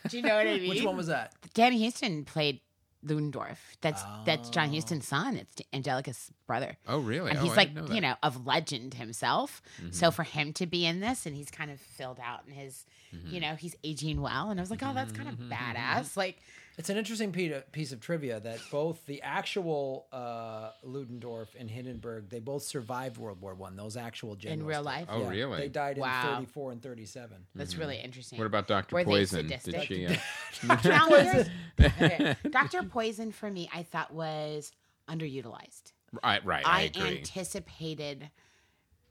Speaker 4: Do you know what I mean?
Speaker 3: Which one was that?
Speaker 4: Danny Houston played Ludendorff. That's that's John Houston's son. It's Angelica's brother.
Speaker 2: Oh, really?
Speaker 4: And
Speaker 2: Oh,
Speaker 4: he's
Speaker 2: I
Speaker 4: like,
Speaker 2: didn't know
Speaker 4: you
Speaker 2: that. Mm-hmm.
Speaker 4: know, of legend himself. So for him to be in this, and he's kind of filled out in his,
Speaker 2: Mm-hmm.
Speaker 4: you know, he's aging well. And I was like, oh, that's kind of badass. Like,
Speaker 3: It's an interesting pe- piece of trivia that both the actual uh, Ludendorff and Hindenburg they both survived World War One. Those actual generals
Speaker 4: real
Speaker 3: did.
Speaker 4: life?
Speaker 2: Oh, really?
Speaker 3: They died in
Speaker 4: Wow.
Speaker 3: thirty four and thirty seven.
Speaker 4: that's really interesting.
Speaker 2: What about Doctor
Speaker 4: Were they
Speaker 2: Poison? Did
Speaker 4: sadistic?
Speaker 2: she? Uh,
Speaker 4: <laughs>
Speaker 2: <laughs>
Speaker 4: Now, here's- <laughs> okay. Dr. Poison for me, I thought was underutilized.
Speaker 2: right, right. I,
Speaker 4: I,
Speaker 2: agree.
Speaker 4: anticipated.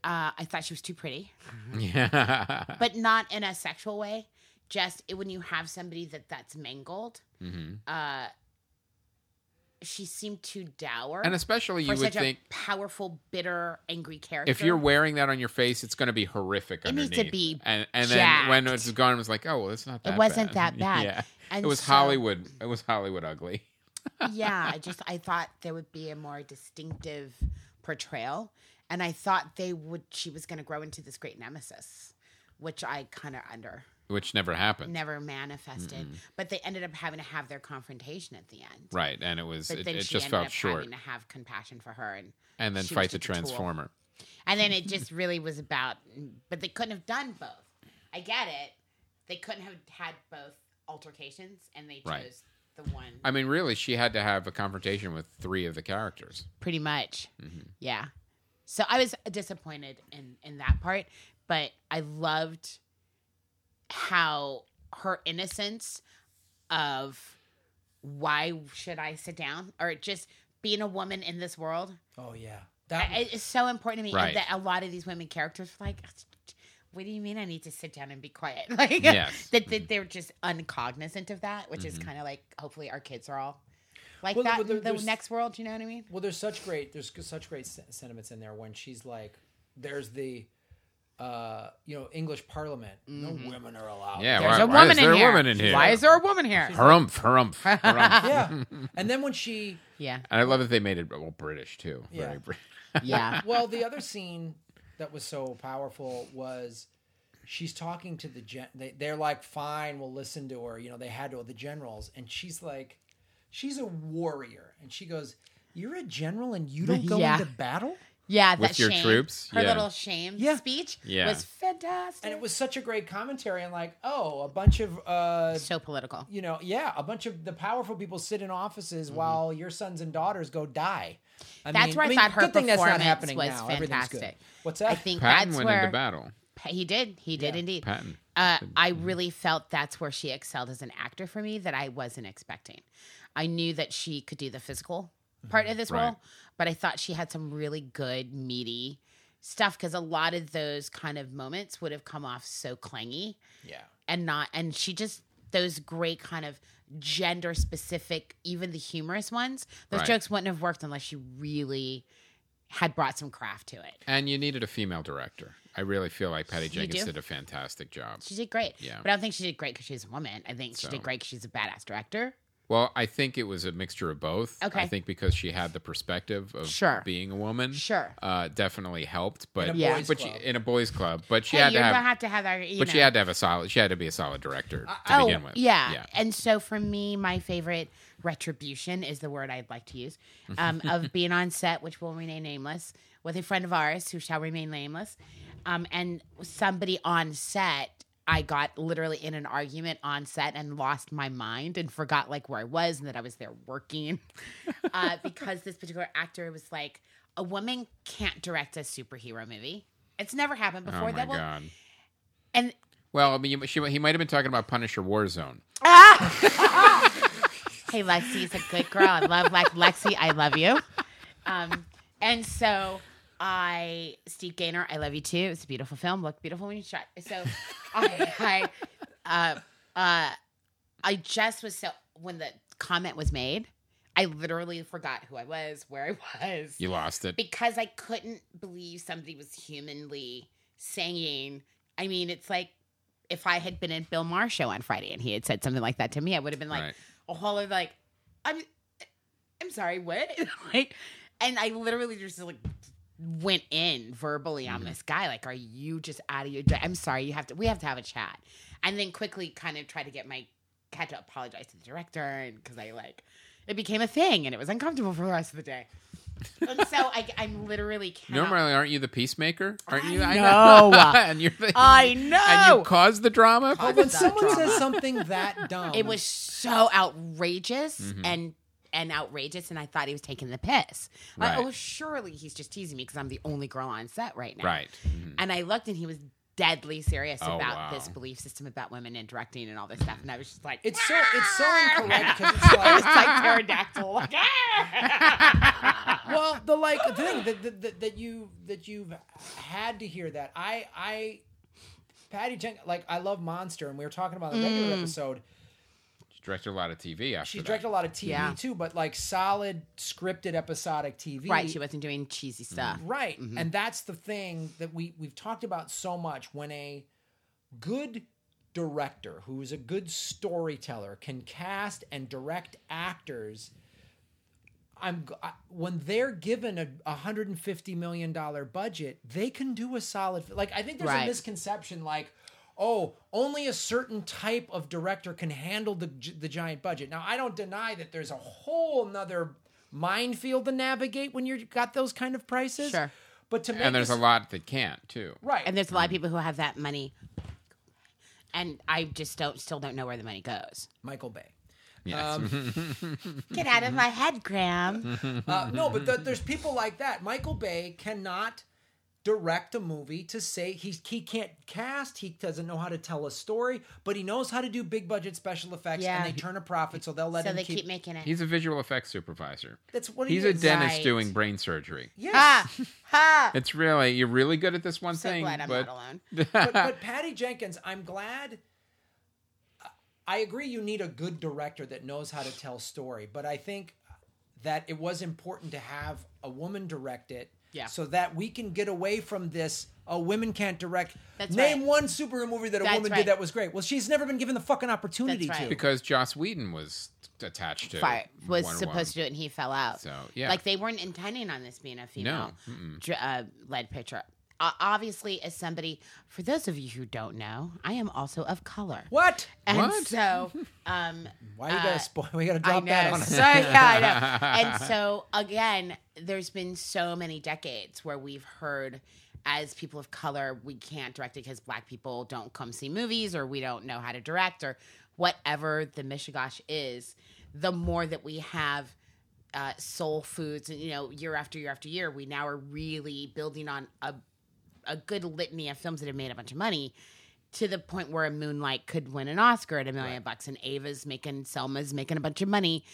Speaker 4: Uh, I thought she was too pretty,
Speaker 2: yeah.
Speaker 4: but not in a sexual way. Just it- when you have somebody that that's mangled,
Speaker 2: Mhm.
Speaker 4: uh, she seemed too dour.
Speaker 2: <laughs> And especially, you
Speaker 4: for
Speaker 2: would
Speaker 4: such
Speaker 2: think
Speaker 4: a powerful, bitter, angry character.
Speaker 2: if you're wearing that on your face, it's going to be horrific.
Speaker 4: It needs
Speaker 2: underneath.
Speaker 4: to be
Speaker 2: And and then when
Speaker 4: jacked.
Speaker 2: it's gone, it was like, oh well, it's not.
Speaker 4: It
Speaker 2: That
Speaker 4: wasn't
Speaker 2: bad.
Speaker 4: that
Speaker 2: <laughs>
Speaker 4: bad.
Speaker 2: yeah.
Speaker 4: And
Speaker 2: it was
Speaker 4: so-
Speaker 2: Hollywood. It was Hollywood ugly. <laughs>
Speaker 4: yeah, I just I thought there would be a more distinctive portrayal, and I thought they would. She was going to grow into this great nemesis, which I kind of under.
Speaker 2: Which never happened.
Speaker 4: never manifested. But they ended up having to have their confrontation at the end.
Speaker 2: Right, and it was
Speaker 4: But
Speaker 2: it,
Speaker 4: then
Speaker 2: it
Speaker 4: she
Speaker 2: just
Speaker 4: ended
Speaker 2: felt
Speaker 4: up
Speaker 2: short,
Speaker 4: having to have compassion for her, and
Speaker 2: and then
Speaker 4: she was
Speaker 2: fight the
Speaker 4: just a tool.
Speaker 2: transformer.
Speaker 4: and then it just really was about. But they couldn't have done both. I get it. They couldn't have had both altercations, and they chose
Speaker 2: Right.
Speaker 4: the one
Speaker 2: I mean, really, she had to have a confrontation with three of the characters.
Speaker 4: pretty much.
Speaker 3: Mm-hmm.
Speaker 4: Yeah. So I was disappointed in in that part, but I loved how her innocence of why should I sit down or just being a woman in this world
Speaker 3: Oh yeah,
Speaker 4: I-
Speaker 3: that
Speaker 4: I- it's so important to me
Speaker 2: Right.
Speaker 4: that a lot of these women characters were like what do you mean I need to sit down and be quiet? <laughs> Like
Speaker 2: Yes.
Speaker 4: that,
Speaker 3: Mm-hmm.
Speaker 4: that they're just uncognizant of that, which is kind of like hopefully our kids are all like
Speaker 3: Well,
Speaker 4: that
Speaker 3: well, there-
Speaker 4: in the
Speaker 3: there's-
Speaker 4: next world, you know what I mean?
Speaker 3: Well, there's such great there's such great sen- sentiments in there when she's like, "There's the, uh, you know, English Parliament. No women are allowed.
Speaker 2: Yeah,
Speaker 4: There's
Speaker 2: why,
Speaker 4: a
Speaker 2: why
Speaker 4: woman
Speaker 2: is there
Speaker 4: in here.
Speaker 2: a woman in here?
Speaker 4: Why is there a woman here?
Speaker 2: harumph, harumph, harumph?
Speaker 4: <laughs>
Speaker 3: yeah. <laughs> And then when she,
Speaker 4: Yeah,
Speaker 2: And I love that they made it well British too.
Speaker 3: Yeah.
Speaker 2: Very British.
Speaker 4: yeah,
Speaker 3: well, the other scene that was so powerful was she's talking to the gen. They, they're like, "Fine, we'll listen to her." You know, they had to the generals, and she's like, "She's a warrior," and she goes, "You're a general, and you don't go
Speaker 4: Yeah.
Speaker 3: into battle."
Speaker 4: yeah.
Speaker 2: With
Speaker 4: that
Speaker 2: your
Speaker 4: shame.
Speaker 2: troops?
Speaker 4: her
Speaker 2: Yeah.
Speaker 4: little shame
Speaker 3: Yeah.
Speaker 4: speech
Speaker 2: Yeah.
Speaker 4: was fantastic,
Speaker 3: And it was such a great commentary on like, oh, a bunch of uh,
Speaker 4: so political.
Speaker 3: you know, yeah, a bunch of the powerful people sit in offices while your sons and daughters go die. I
Speaker 4: That's where I thought her
Speaker 3: good thing that's not
Speaker 4: performance
Speaker 3: happening
Speaker 4: was
Speaker 3: now. Everything's good.
Speaker 4: fantastic.
Speaker 3: What's that?
Speaker 4: I think
Speaker 2: Patton
Speaker 4: that's
Speaker 2: went
Speaker 4: where
Speaker 2: into battle.
Speaker 4: Pa- he did. He did
Speaker 3: Yeah.
Speaker 4: indeed.
Speaker 2: Patton.
Speaker 4: Uh, I really felt that's where she excelled as an actor for me that I wasn't expecting. I knew that she could do the physical part of this
Speaker 2: Mm-hmm. Right.
Speaker 4: role, but I thought she had some really good meaty stuff because a lot of those kind of moments would have come off so clangy.
Speaker 3: yeah.
Speaker 4: and not and she just those great kind of gender specific even the humorous ones those
Speaker 2: Right.
Speaker 4: jokes wouldn't have worked unless she really had brought some craft to it
Speaker 2: And you needed a female director. I really feel like Patty Jenkins
Speaker 4: do.
Speaker 2: did a fantastic job.
Speaker 4: she did great
Speaker 2: Yeah.
Speaker 4: but i don't think she did great because she's a woman i think she
Speaker 2: So-
Speaker 4: did great because she's a badass director
Speaker 2: Well, I think it was a mixture of both. I
Speaker 4: Okay.
Speaker 2: think because she had the perspective of
Speaker 4: Sure.
Speaker 2: being a woman,
Speaker 4: Sure.
Speaker 2: uh, definitely helped. But
Speaker 3: a
Speaker 4: Yeah. boys'
Speaker 2: but she,
Speaker 3: club.
Speaker 2: in a boys' club, but she
Speaker 4: Hey,
Speaker 2: had
Speaker 4: you're
Speaker 2: to have,
Speaker 4: gonna have to have that. You
Speaker 2: but
Speaker 4: know.
Speaker 2: she had to have a solid. She had to be a solid director to
Speaker 4: oh,
Speaker 2: begin with.
Speaker 4: Yeah.
Speaker 2: yeah.
Speaker 4: And so for me, my favorite retribution is the word I'd like to use
Speaker 2: <laughs>
Speaker 4: um, of being on set, which will remain nameless, with a friend of ours who shall remain nameless. Um, and somebody on set, I got literally in an argument on set and lost my mind and forgot like where I was and that I was there working <laughs> uh, because this particular actor was like, a woman can't direct a superhero movie. It's never happened before.
Speaker 2: Oh my
Speaker 4: that will,
Speaker 2: god.
Speaker 4: and
Speaker 2: Well, I mean, you- she, he might have been talking about Punisher Warzone.
Speaker 4: hey Lexi is a good girl. I love like Lexi. I love you. Um, and so I, Steve Gaynor, I love you too. It's a beautiful film. Look beautiful when you shot. So I, I, uh, uh, I just was so when the comment was made, I literally forgot who I was, where I was
Speaker 2: You lost it.
Speaker 4: because I couldn't believe somebody was humanly saying. I mean, it's like if I had been in Bill Maher's show on Friday and he had said something like that to me, I would have been like
Speaker 2: Right.
Speaker 4: a whole other like, I'm, I'm sorry, what? <laughs> like, and I literally just like went in verbally
Speaker 2: Mm-hmm.
Speaker 4: on this guy. Like, are you just out of your? di- I'm sorry, you have to. We have to have a chat, and then quickly kind of try to get my had to apologize to the director and because I like it became a thing and it was uncomfortable for the rest of the day. and so I, I'm literally cannot-
Speaker 2: Normally, aren't you the peacemaker? Aren't you?
Speaker 4: I know.
Speaker 2: <laughs> and you're the,
Speaker 4: I
Speaker 2: And you
Speaker 4: know.
Speaker 2: caused the drama.
Speaker 4: Caused
Speaker 3: When
Speaker 4: That
Speaker 3: someone
Speaker 4: drama.
Speaker 3: says something
Speaker 4: <laughs>
Speaker 3: that dumb,
Speaker 4: It was so outrageous
Speaker 2: Mm-hmm.
Speaker 4: and and outrageous, and I thought he was taking the piss. Like,
Speaker 2: Right.
Speaker 4: oh, surely he's just teasing me because I'm the only girl on set right
Speaker 2: <laughs>
Speaker 4: now.
Speaker 2: Right. Mhm.
Speaker 4: And I looked, and he was deadly serious
Speaker 2: Oh,
Speaker 4: about
Speaker 2: wow.
Speaker 4: this belief system about women and directing and all this stuff. And I was just like,
Speaker 3: It's so it's so incorrect because it's
Speaker 4: <laughs> I was
Speaker 2: <laughs>
Speaker 3: like
Speaker 4: like pterodactyl. Like, ah!
Speaker 3: well the like the thing that, that, that, that you that you've had to hear that I I Patty Jenkins like I love Monster and we were talking about the
Speaker 4: Mm.
Speaker 3: regular episode
Speaker 2: She directed a lot of TV after
Speaker 3: She's
Speaker 2: that.
Speaker 3: directed a lot of TV
Speaker 4: Yeah.
Speaker 3: too, but like solid scripted episodic TV.
Speaker 4: right, she wasn't doing cheesy
Speaker 2: Mm.
Speaker 4: stuff.
Speaker 3: Right. And that's the thing that we we've talked about so much when a good director who is a good storyteller can cast and direct actors I'm g- I, when they're given a 150 million dollar budget, they can do a solid fi- like I think there's a
Speaker 4: Right.
Speaker 3: misconception like oh, only a certain type of director can handle the gi- the giant budget. Now I don't deny that there's a whole nother minefield to navigate when you've got those kind of prices.
Speaker 4: Sure.
Speaker 3: But to make
Speaker 2: and there's
Speaker 3: this-
Speaker 2: a lot that can't too.
Speaker 3: right
Speaker 4: And there's a
Speaker 2: Mm.
Speaker 4: lot of people who have that money, and I just don't still don't know where the money goes.
Speaker 3: Michael Bay.
Speaker 2: Yes.
Speaker 4: Get out of my
Speaker 2: <laughs>
Speaker 4: head, Graham.
Speaker 3: Uh, no, but th- there's people like that. Michael Bay cannot direct a movie to say he he can't cast. He doesn't know how to tell a story, but he knows how to do big budget special effects,
Speaker 4: Yeah.
Speaker 3: and they turn a profit, so they'll let
Speaker 4: so
Speaker 3: him
Speaker 4: they
Speaker 3: keep.
Speaker 4: keep, making it.
Speaker 2: He's a visual effects supervisor.
Speaker 3: that's what
Speaker 2: He's
Speaker 3: he
Speaker 2: a
Speaker 3: is.
Speaker 2: dentist
Speaker 4: Right.
Speaker 2: doing brain surgery.
Speaker 3: Yes,
Speaker 4: ha
Speaker 2: <laughs>
Speaker 4: ha.
Speaker 2: It's really you're really good at this one
Speaker 4: So
Speaker 2: thing,
Speaker 4: glad I'm
Speaker 2: but
Speaker 4: not alone.
Speaker 3: but,
Speaker 4: <laughs>
Speaker 3: but Patty Jenkins, I'm glad. I agree. You need a good director that knows how to tell story, but I think that it was important to have a woman direct it,
Speaker 4: Yeah.
Speaker 3: so that we can get away from this. Oh, women can't direct.
Speaker 4: That's
Speaker 3: Name
Speaker 4: right.
Speaker 3: one superhero movie that a
Speaker 4: That's
Speaker 3: woman
Speaker 4: right.
Speaker 3: did that was great. Well, she's never been given the fucking opportunity
Speaker 4: That's right.
Speaker 3: to.
Speaker 2: because Joss Whedon was attached to
Speaker 4: Fire was
Speaker 2: Wonder
Speaker 4: supposed to do it, and he fell out.
Speaker 2: So, yeah.
Speaker 4: like they weren't intending on this being a female
Speaker 2: No,
Speaker 4: dr- uh, led picture. Uh, obviously, as somebody, for those of you who don't know, I am also of color.
Speaker 3: What?
Speaker 4: And
Speaker 2: What?
Speaker 4: so, um,
Speaker 3: Why you gotta
Speaker 4: Uh,
Speaker 3: spoil? We gotta
Speaker 4: I
Speaker 3: drop that
Speaker 4: know.
Speaker 3: on
Speaker 4: So,
Speaker 3: us.
Speaker 4: yeah,
Speaker 3: <laughs>
Speaker 4: I know. And so again, there's been so many decades where we've heard as people of color, we can't direct it because black people don't come see movies or we don't know how to direct or whatever the Mishigosh is, the more that we have uh, soul foods, and you know, year after year after year, we now are really building on a a good litany of films that have made a bunch of money to the point where a moonlight could win an oscar at a million bucks and ava's making selma's making a bunch of money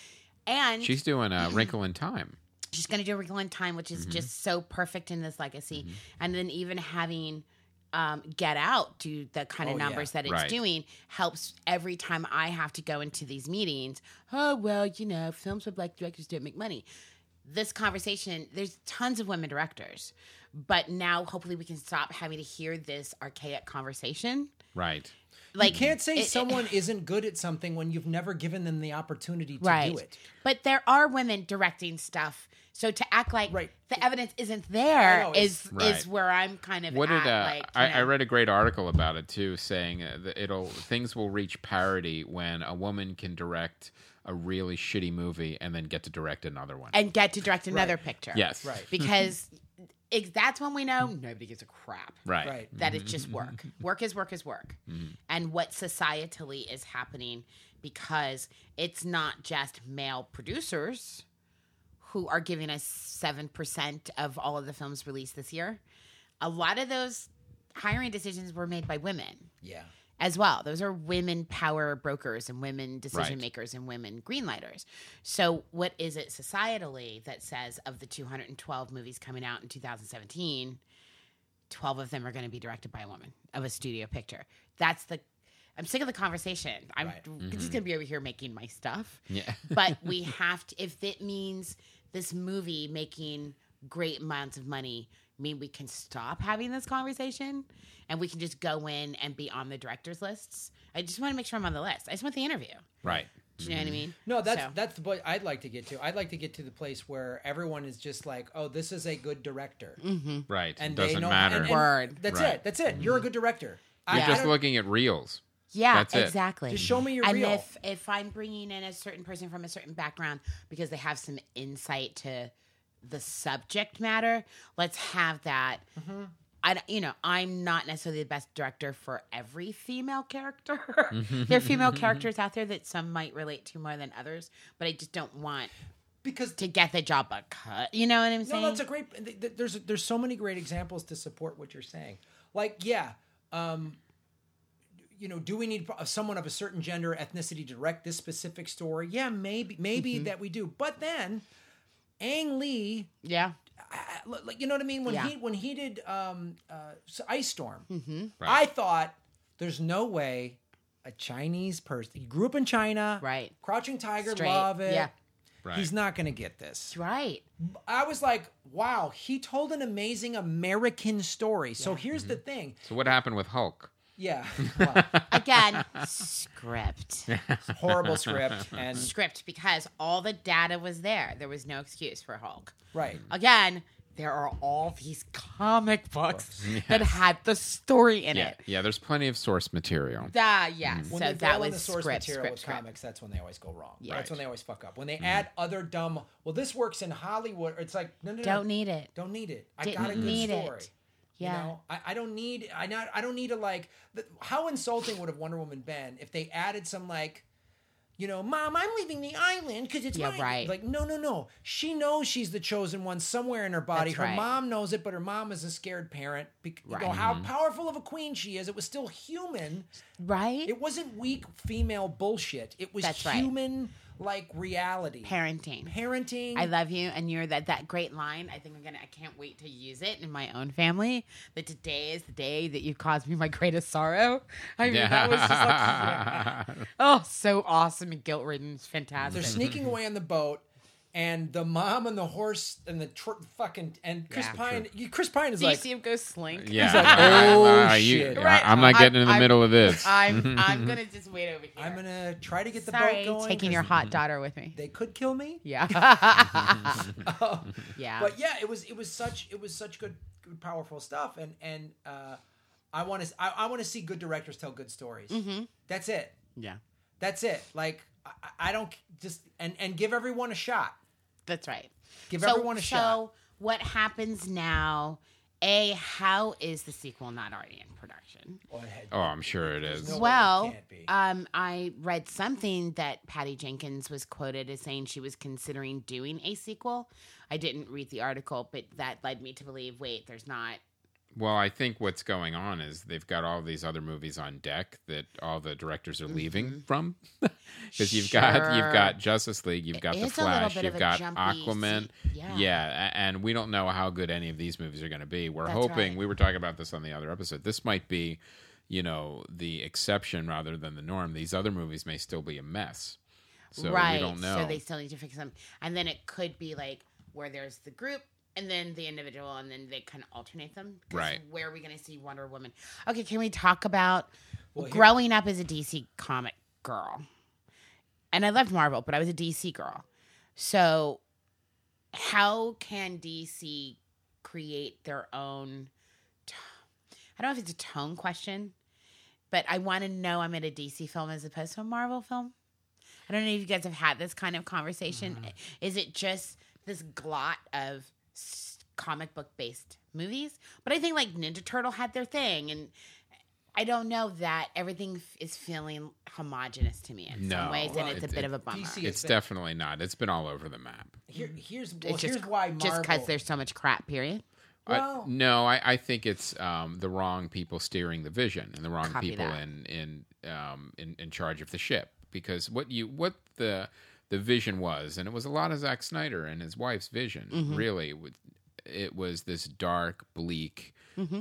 Speaker 4: and
Speaker 2: She's doing
Speaker 4: <laughs>
Speaker 2: a Wrinkle in Time.
Speaker 4: she's going to do Wrinkle in Time, which is just so perfect in this legacy.
Speaker 3: Mm-hmm.
Speaker 4: And then even having um, Get Out do the kind of
Speaker 3: Oh, yeah.
Speaker 4: numbers that it's
Speaker 2: Right.
Speaker 4: doing helps every time I have to go into these meetings. Oh, well, you know, films with black directors don't make money. This conversation, there's tons of women directors, but now hopefully we can stop having to hear this archaic conversation
Speaker 2: Right.
Speaker 4: Like
Speaker 3: you can't say
Speaker 4: it- it-
Speaker 3: someone is isn't good at something when you've never given them the opportunity to
Speaker 4: right.
Speaker 3: do it.
Speaker 4: But there are women directing stuff, so to act like
Speaker 3: Right.
Speaker 4: the evidence isn't there
Speaker 3: know,
Speaker 4: is
Speaker 2: Right.
Speaker 4: is where I'm kind of
Speaker 2: What
Speaker 4: at.
Speaker 2: did uh,
Speaker 4: like,
Speaker 2: I,
Speaker 4: you
Speaker 2: I
Speaker 4: know.
Speaker 2: read a great article about it too, saying uh, that it'll things will reach parity when a woman can direct a really shitty movie and then get to direct another one.
Speaker 4: and get to direct another picture.
Speaker 2: yes, <laughs>
Speaker 3: Right.
Speaker 4: because ex- that's when we know nobody gives a crap.
Speaker 2: right,
Speaker 3: Right.
Speaker 4: That it's just work. Work is work is work. And what societally is happening because it's not just male producers who are giving us 7% of all of the films released this year. A lot of those hiring decisions were made by women
Speaker 3: Yeah.
Speaker 4: as well. Those are women power brokers and women decision
Speaker 2: Right.
Speaker 4: makers and women greenlighters. So, what is it societally that says of the 212 movies coming out in 2017, 12 of them are going to be directed by a woman of a studio picture? That's the I'm sick of the conversation. I'm
Speaker 3: Right.
Speaker 4: just going to be over here making my stuff.
Speaker 2: Mm-hmm. Yeah.
Speaker 4: <laughs> but we have to, if it means this movie making great amounts of money, mean we can stop having this conversation and we can just go in and be on the director's lists. I just want to make sure I'm on the list. I just want the interview.
Speaker 2: right.
Speaker 4: Do you know what
Speaker 2: Mm-hmm.
Speaker 4: I mean?
Speaker 3: No, that's
Speaker 4: So-
Speaker 3: that's what I'd like to get to. I'd like to get to the place where everyone is just like, "Oh, this is a good director."
Speaker 2: Right.
Speaker 3: And they
Speaker 2: Doesn't
Speaker 3: know
Speaker 2: matter.
Speaker 3: and- and
Speaker 4: Mm-hmm. Word.
Speaker 3: That's
Speaker 2: Right.
Speaker 3: it. That's it. You're a good director. I-
Speaker 2: You're
Speaker 3: I
Speaker 2: just
Speaker 3: don't-
Speaker 2: looking at reels.
Speaker 4: yeah,
Speaker 2: That's it.
Speaker 4: exactly.
Speaker 3: Just show me your
Speaker 4: and
Speaker 3: reel.
Speaker 4: if if I'm bringing in a certain person from a certain background because they have some insight to the subject matter, let's have that.
Speaker 3: Mm-hmm.
Speaker 4: I d- you know I'm not necessarily the best director for every female character.
Speaker 3: Mm-hmm.
Speaker 4: there are
Speaker 3: <laughs>
Speaker 4: female characters out there that some might relate to more than others, but I just don't want
Speaker 3: because
Speaker 4: to get the job a cut. You know what I'm saying?
Speaker 3: No, that's a great. th- th- There's there's so many great examples to support what you're saying. Like, yeah, um, you know, do we need someone of a certain gender, ethnicity to direct this specific story? Yeah, maybe maybe
Speaker 4: Mm-hmm.
Speaker 3: that we do. But then, Ang Lee,
Speaker 4: yeah.
Speaker 3: I- I- like you know what I mean when
Speaker 4: Yeah. Mm-hmm.
Speaker 3: he when he did um, uh, s- Ice Storm, I thought there's no way a Chinese person. He grew up in China,
Speaker 4: Right.
Speaker 3: Crouching Tiger,
Speaker 4: Straight,
Speaker 3: love it.
Speaker 4: yeah.
Speaker 2: Right.
Speaker 3: He's not going to get this.
Speaker 4: Right.
Speaker 3: I was like, wow, he told an amazing American story. So here's the thing.
Speaker 2: so what happened with Hulk?
Speaker 3: Yeah. <laughs> Well, <laughs>
Speaker 4: Again, script.
Speaker 3: horrible script and
Speaker 4: script because all the data was there. There was no excuse for Hulk.
Speaker 3: right.
Speaker 4: Again, there are all these comic books that had the story in
Speaker 2: Yeah. Mm-hmm.
Speaker 4: it.
Speaker 2: Yeah. There's plenty of source material.
Speaker 4: Ah, yeah.
Speaker 3: When
Speaker 4: so
Speaker 3: they
Speaker 4: that
Speaker 3: that
Speaker 4: was
Speaker 3: the source
Speaker 4: script,
Speaker 3: material
Speaker 4: script,
Speaker 3: with
Speaker 4: script.
Speaker 3: comics, that's when they always go wrong.
Speaker 4: Yeah.
Speaker 3: That's when they always fuck up. When they add other dumb, well, this works in Hollywood. It's like, no, no, no.
Speaker 4: Don't need it.
Speaker 3: Don't need it. I
Speaker 4: Didn't
Speaker 3: got a good
Speaker 4: need it.
Speaker 3: story.
Speaker 4: Yeah.
Speaker 3: You know, I, I don't need I not I don't need to like th- how insulting would have Wonder Woman been if they added some like you know, mom, I'm leaving the island because it's
Speaker 4: Yeah,
Speaker 3: mine."
Speaker 4: right.
Speaker 3: Like, no, no, no. She knows she's the chosen one somewhere in her body.
Speaker 4: That's
Speaker 3: her
Speaker 4: right.
Speaker 3: mom knows it, but her mom is a scared parent. Be- You know
Speaker 4: Right. Mm-hmm.
Speaker 3: how powerful of a queen she is. It was still human.
Speaker 4: Right?
Speaker 3: It wasn't weak female bullshit. It was
Speaker 4: That's right.
Speaker 3: human like reality.
Speaker 4: Parenting.
Speaker 3: Parenting.
Speaker 4: I love you, and you're that that great line. I think I'm gonna. I can't wait to use it in my own family. That today is the day that you caused me my greatest sorrow. I mean, that
Speaker 2: <laughs>
Speaker 4: was just like, <laughs> oh, so awesome and guilt ridden. It's fantastic.
Speaker 3: They're sneaking away on the boat, and the mom and the horse and the tr- fucking and Chris
Speaker 4: Yeah.
Speaker 3: Pine. you- Chris Pine is
Speaker 4: Do you
Speaker 3: like,
Speaker 4: see him go slink?
Speaker 2: Yeah.
Speaker 3: like,
Speaker 2: I-
Speaker 3: "Oh,
Speaker 2: I- I-
Speaker 3: shit."
Speaker 2: I-
Speaker 4: Right.
Speaker 2: I'm not getting in the
Speaker 4: I'm-
Speaker 2: middle of this. <laughs>
Speaker 4: I'm I'm gonna just wait over here.
Speaker 3: I'm gonna try to get the
Speaker 4: Sorry,
Speaker 3: boat going.
Speaker 4: taking your
Speaker 3: 'cause
Speaker 2: Mm-hmm.
Speaker 4: hot daughter with me.
Speaker 3: They could kill me. <laughs> Oh,
Speaker 4: Yeah. <laughs> yeah.
Speaker 3: But yeah, it was it was such it was such good, good powerful stuff, and and uh, I want to I, I want to see good directors tell good stories.
Speaker 4: Mm-hmm.
Speaker 3: That's it.
Speaker 4: yeah.
Speaker 3: That's it. Like I, I don't just and and give everyone a shot.
Speaker 4: That's right.
Speaker 3: Give everyone a shot.
Speaker 4: So what happens now? A, how is the sequel not already in production?
Speaker 3: Go ahead.
Speaker 2: oh, I'm sure it is.
Speaker 3: No way it
Speaker 4: well,
Speaker 3: can't be.
Speaker 4: um, I read something that Patty Jenkins was quoted as saying she was considering doing a sequel. I didn't read the article, but that led me to believe wait, there's not.
Speaker 2: Well, I think what's going on is they've got all these other movies on deck that all the directors are leaving from. Because you've got you've
Speaker 4: Mm-hmm. Sure.
Speaker 2: got Justice League, you've got The
Speaker 4: is a little
Speaker 2: Flash,
Speaker 4: bit of
Speaker 2: you've
Speaker 4: a
Speaker 2: got
Speaker 4: jumpy
Speaker 2: Aquaman.
Speaker 4: seat. Yeah.
Speaker 2: a- and we don't know how good any of these movies are going to be. We're
Speaker 4: That's
Speaker 2: hoping
Speaker 4: right.
Speaker 2: we were talking about this on the other episode. This might be, you know, the exception rather than the norm. These other movies may still be a mess. So
Speaker 4: right.
Speaker 2: we don't know.
Speaker 4: So they still need to fix them. And then it could be like where there's the group and then the individual and then they kind of alternate them. 'Cause
Speaker 2: Right.
Speaker 4: Where are we going to see Wonder Woman? Okay, can we talk about
Speaker 3: Well, here-
Speaker 4: growing up as a DC comic girl, and I loved Marvel, but I was a DC girl. So, how can DC create their own? t- I don't know if it's a tone question, but I want to know I'm in a DC film as opposed to a Marvel film. I don't know if you guys have had this kind of conversation.
Speaker 3: Mm.
Speaker 4: Is it just this glot of s- comic book based movies? But I think like Ninja Turtle had their thing, and I don't know that everything f- is feeling homogenous to me in some
Speaker 2: No.
Speaker 4: ways,
Speaker 2: Well,
Speaker 4: and it's a
Speaker 2: it-
Speaker 4: bit
Speaker 2: it-
Speaker 4: of a bummer.
Speaker 3: DC
Speaker 2: It's
Speaker 3: been-
Speaker 2: definitely not. It's been all over the map.
Speaker 3: here, here's well,
Speaker 4: it's just
Speaker 3: here's why Marvel.
Speaker 4: just because there's so much crap. Period.
Speaker 2: I-
Speaker 3: Well-
Speaker 2: no, I, I think it's um, the wrong people steering the vision and the wrong
Speaker 4: Copy
Speaker 2: people
Speaker 4: that.
Speaker 2: in in, um, in in charge of the ship because what you what the the vision was and it was a lot of Zack Snyder and his wife's vision really with- it was this dark bleak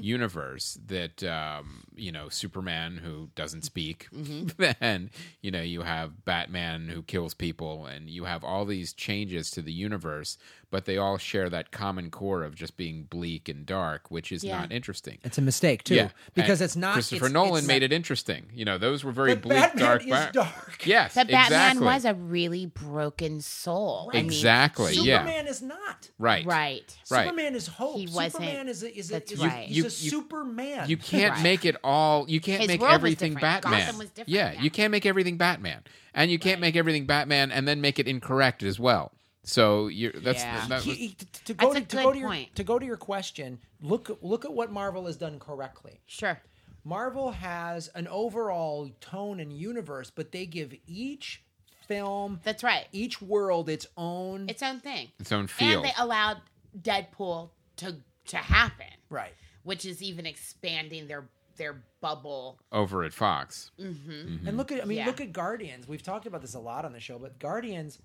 Speaker 2: universe that um, you know Superman who doesn't speak <laughs> and you know you have Batman who kills people and you have all these changes to the universe but they all share that common core of just being bleak and dark which is
Speaker 4: Yeah.
Speaker 2: not interesting
Speaker 3: it's a mistake too
Speaker 2: Yeah.
Speaker 3: because
Speaker 2: And
Speaker 3: it's not
Speaker 2: Christopher
Speaker 3: it's-
Speaker 2: Nolan
Speaker 3: it's
Speaker 2: made
Speaker 3: not-
Speaker 2: it interesting you know those were very
Speaker 3: But
Speaker 2: bleak
Speaker 3: Batman
Speaker 2: dark
Speaker 3: is
Speaker 2: ba-
Speaker 3: dark.
Speaker 2: yes
Speaker 4: But Batman
Speaker 2: exactly.
Speaker 4: was a really broken soul. I mean,
Speaker 2: Exactly,
Speaker 4: he-
Speaker 2: yeah.
Speaker 3: Superman is not.
Speaker 2: right
Speaker 4: Right.
Speaker 2: Right.
Speaker 3: Superman is hope.
Speaker 4: He wasn't-
Speaker 3: Superman is a, is a,
Speaker 4: That's
Speaker 3: is
Speaker 4: right.
Speaker 3: a, he's
Speaker 2: You-
Speaker 3: a
Speaker 2: you-
Speaker 3: Superman.
Speaker 2: You can't
Speaker 4: Right.
Speaker 2: make it all. You can't
Speaker 4: His
Speaker 2: make
Speaker 4: world was
Speaker 2: everything
Speaker 4: different.
Speaker 2: Batman.
Speaker 4: Gotham was different,
Speaker 2: Yeah,
Speaker 4: yeah.
Speaker 2: you can't make everything Batman, and you can't make everything Batman and then make it incorrect as well. So you're that's
Speaker 4: Yeah.
Speaker 2: that
Speaker 3: He-
Speaker 2: was-
Speaker 3: he- t- to go
Speaker 4: That's a
Speaker 3: to, to go
Speaker 4: good
Speaker 3: to your
Speaker 4: point.
Speaker 3: to go to your question. Look look at what Marvel has done correctly.
Speaker 4: Sure.
Speaker 3: Marvel has an overall tone and universe, but they give each film,
Speaker 4: That's right.
Speaker 3: each world its own
Speaker 4: Its own thing.
Speaker 2: its own feel.
Speaker 4: And they allowed Deadpool to to happen,
Speaker 3: right.
Speaker 4: which is even expanding their their bubble.
Speaker 2: over at Fox.
Speaker 4: Mm.
Speaker 3: And look at I mean
Speaker 4: Yeah.
Speaker 3: look at Guardians. We've talked about this a lot on the show, but Guardians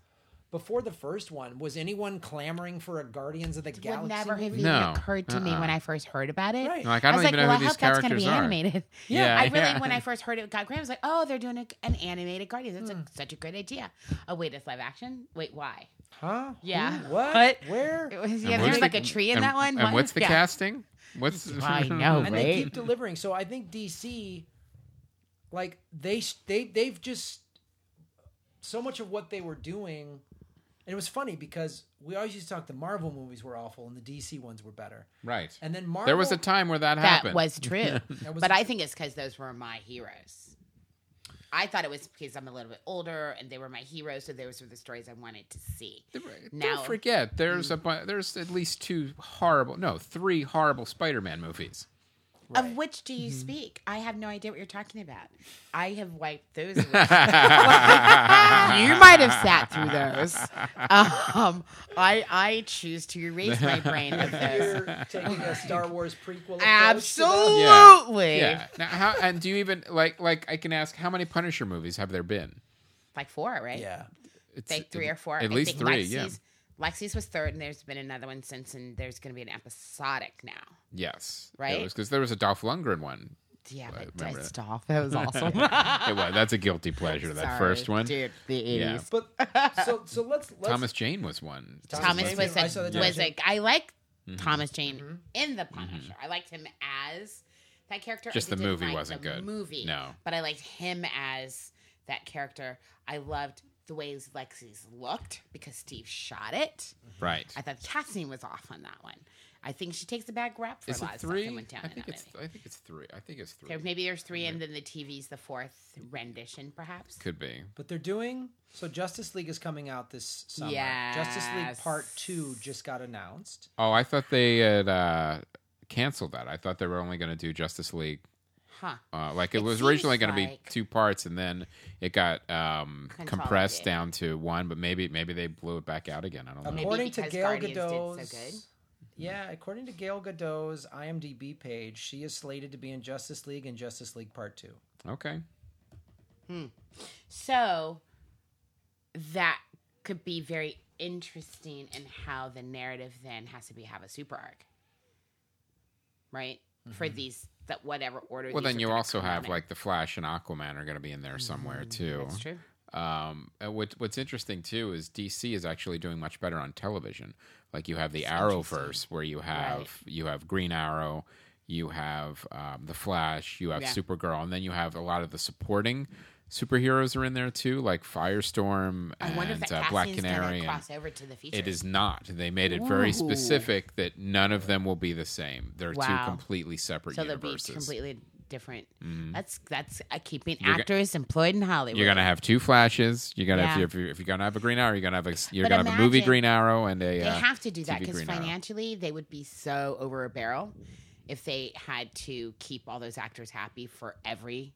Speaker 3: before the first one, was anyone clamoring for a Guardians of the
Speaker 4: Would
Speaker 3: Galaxy?
Speaker 4: never have
Speaker 3: movie?
Speaker 4: even
Speaker 2: No.
Speaker 4: occurred to me
Speaker 2: Uh-uh.
Speaker 4: when I first heard about it.
Speaker 3: Right.
Speaker 2: Like I
Speaker 4: I
Speaker 2: don't
Speaker 4: was like,
Speaker 2: even know
Speaker 4: well, I
Speaker 2: who these
Speaker 4: hope that's going to
Speaker 2: characters
Speaker 4: be
Speaker 2: are.
Speaker 4: animated.
Speaker 2: Yeah,
Speaker 4: I really,
Speaker 2: yeah.
Speaker 4: when I first heard it, got Graham I was like, oh, they're doing a, an animated Guardians. That's a, such a great idea. Oh, wait, it's live action. Wait, why?
Speaker 3: Huh?
Speaker 4: Yeah.
Speaker 3: Who? What?
Speaker 4: What?
Speaker 3: Where?
Speaker 4: It was,
Speaker 2: And
Speaker 4: yeah,
Speaker 2: what's
Speaker 4: there's like
Speaker 2: the-
Speaker 4: a tree in
Speaker 2: and-
Speaker 4: that one.
Speaker 2: And
Speaker 4: Why-
Speaker 2: what's the
Speaker 4: yeah.
Speaker 2: casting? What's
Speaker 4: I
Speaker 2: <laughs>
Speaker 4: know,
Speaker 3: and
Speaker 4: right?
Speaker 3: they keep delivering. So I think DC, like they they they've just so much of what they were doing, and it was funny because we always used to talk the Marvel movies were awful and the DC ones were better,
Speaker 2: Right.
Speaker 3: and then Marvel
Speaker 2: There was a time where that,
Speaker 4: That
Speaker 2: happened. <laughs>
Speaker 4: was true.
Speaker 3: was
Speaker 4: but
Speaker 3: a-
Speaker 4: I think it's because those were my heroes. I thought it was because I'm a little bit older and they were my heroes, so those were the stories I wanted to see. Now- Mm.
Speaker 2: Don't forget, there's a bu- there's at least two horrible, no, three horrible Spider-Man movies.
Speaker 4: Of which do you speak? I have no idea what you're talking about. I have
Speaker 2: <laughs>
Speaker 4: wiped those. away. you might have sat through those. Um, I I choose to erase my brain
Speaker 2: <laughs>
Speaker 4: of those.
Speaker 3: You're taking a Star Wars prequel. approach to that.
Speaker 4: Absolutely.
Speaker 2: Yeah. Now, how and do you even like like I can ask how many Punisher movies have there been?
Speaker 4: Like four, right?
Speaker 3: Yeah.
Speaker 2: It's
Speaker 4: Like three or four.
Speaker 2: At
Speaker 4: I
Speaker 2: least
Speaker 4: think
Speaker 2: three.
Speaker 4: Lexi's,
Speaker 2: Yeah.
Speaker 4: Lexi's was third, and there's been another one since, and there's going to be an episodic now.
Speaker 2: Yes.
Speaker 4: Right?
Speaker 2: Because there was a Dolph Lundgren
Speaker 4: <laughs>
Speaker 2: one.
Speaker 4: Yeah,
Speaker 2: I
Speaker 4: but
Speaker 2: remember
Speaker 4: diced off.
Speaker 2: <laughs>
Speaker 4: That was awesome.
Speaker 2: It was. That's a guilty pleasure. That
Speaker 4: Sorry,
Speaker 2: first one.
Speaker 4: dude. The
Speaker 2: Yeah.
Speaker 4: eighties.
Speaker 3: But so so let's let's
Speaker 2: Thomas Jane was Mm-hmm. one.
Speaker 3: Thomas
Speaker 4: Thomas
Speaker 3: Jane,
Speaker 4: was
Speaker 3: I saw the Mm-hmm.
Speaker 4: a,
Speaker 3: Thomas
Speaker 4: was
Speaker 3: Jane.
Speaker 4: a, I like Thomas Jane in The Punisher. I liked him as that character. I
Speaker 2: Mm-hmm. Just the
Speaker 4: didn't
Speaker 2: movie
Speaker 4: like
Speaker 2: wasn't
Speaker 4: the
Speaker 2: good.
Speaker 4: Movie,
Speaker 2: No.
Speaker 4: but I liked him as that character. I loved the ways Lexi's looked because Steve shot it.
Speaker 2: Right.
Speaker 4: I thought the casting was off on that one. I think she takes a bad rap for
Speaker 2: Is
Speaker 4: a lot
Speaker 2: it
Speaker 4: of stuff
Speaker 2: three?
Speaker 4: that went down
Speaker 2: I
Speaker 4: in
Speaker 2: think
Speaker 4: that
Speaker 2: it's.
Speaker 4: movie.
Speaker 2: I think it's three. I think it's three.
Speaker 4: There- maybe there's three, and then the TV's the fourth rendition, perhaps.
Speaker 2: Could be.
Speaker 3: But they're doing so. Justice League is coming out this summer. Justice League
Speaker 4: Yes.
Speaker 3: Part Two just got announced.
Speaker 2: Oh, I thought they had uh, canceled that. I thought they were only going to do Justice League.
Speaker 4: Huh.
Speaker 2: Uh, like it,
Speaker 4: It
Speaker 2: was originally
Speaker 4: seems
Speaker 2: going to be
Speaker 4: like-
Speaker 2: two parts, and then it got um, compressed
Speaker 4: Consolidated.
Speaker 2: down to one. But maybe maybe they blew it back out again. I don't know.
Speaker 3: According to
Speaker 4: because
Speaker 3: Gail
Speaker 4: Guardians did so
Speaker 3: Gadot's,
Speaker 4: good.
Speaker 3: yeah, according to Gail Gadot's IMDb page, she is slated to be in Justice League and Justice League Part Two.
Speaker 2: Okay.
Speaker 4: So that could be very interesting in how the narrative then has to be have a super arc, right? For these that whatever order.
Speaker 2: Mm-hmm. Well,
Speaker 4: these
Speaker 2: then
Speaker 4: are
Speaker 2: you
Speaker 4: gonna
Speaker 2: also
Speaker 4: come
Speaker 2: have
Speaker 4: in.
Speaker 2: like the Flash and Aquaman are going to be in there somewhere too.
Speaker 4: Mm, That's true.
Speaker 2: Um, and what what's interesting too is DC is actually doing much better on television. Like you have the Arrowverse, where you have you have Green Arrow, you have um, the Flash, you have
Speaker 4: Yeah.
Speaker 2: Supergirl, and then you have a lot of the supporting superheroes are in there too, like Firestorm
Speaker 4: I wonder if
Speaker 2: and
Speaker 4: that
Speaker 2: uh,
Speaker 4: casting's
Speaker 2: Black
Speaker 4: gonna
Speaker 2: Canary. and-
Speaker 4: cross over to the features.
Speaker 2: It is not. They made it very
Speaker 4: Ooh.
Speaker 2: specific that none of them will be the same. They're
Speaker 4: Wow.
Speaker 2: two completely separate
Speaker 4: so they'll be
Speaker 2: universes.
Speaker 4: completely different. That's that's uh, keeping
Speaker 2: ga-
Speaker 4: actors employed in Hollywood.
Speaker 2: You're gonna have two flashes. You're gonna
Speaker 4: Yeah.
Speaker 2: if, you're, if you're gonna have a Green Arrow, you're gonna have a you're
Speaker 4: But
Speaker 2: gonna have a movie
Speaker 4: imagine-
Speaker 2: Green Arrow and a.
Speaker 4: They
Speaker 2: uh,
Speaker 4: have to do that
Speaker 2: TV
Speaker 4: because
Speaker 2: Green Arrow.
Speaker 4: financially they would be so over a barrel if they had to keep all those actors happy for every.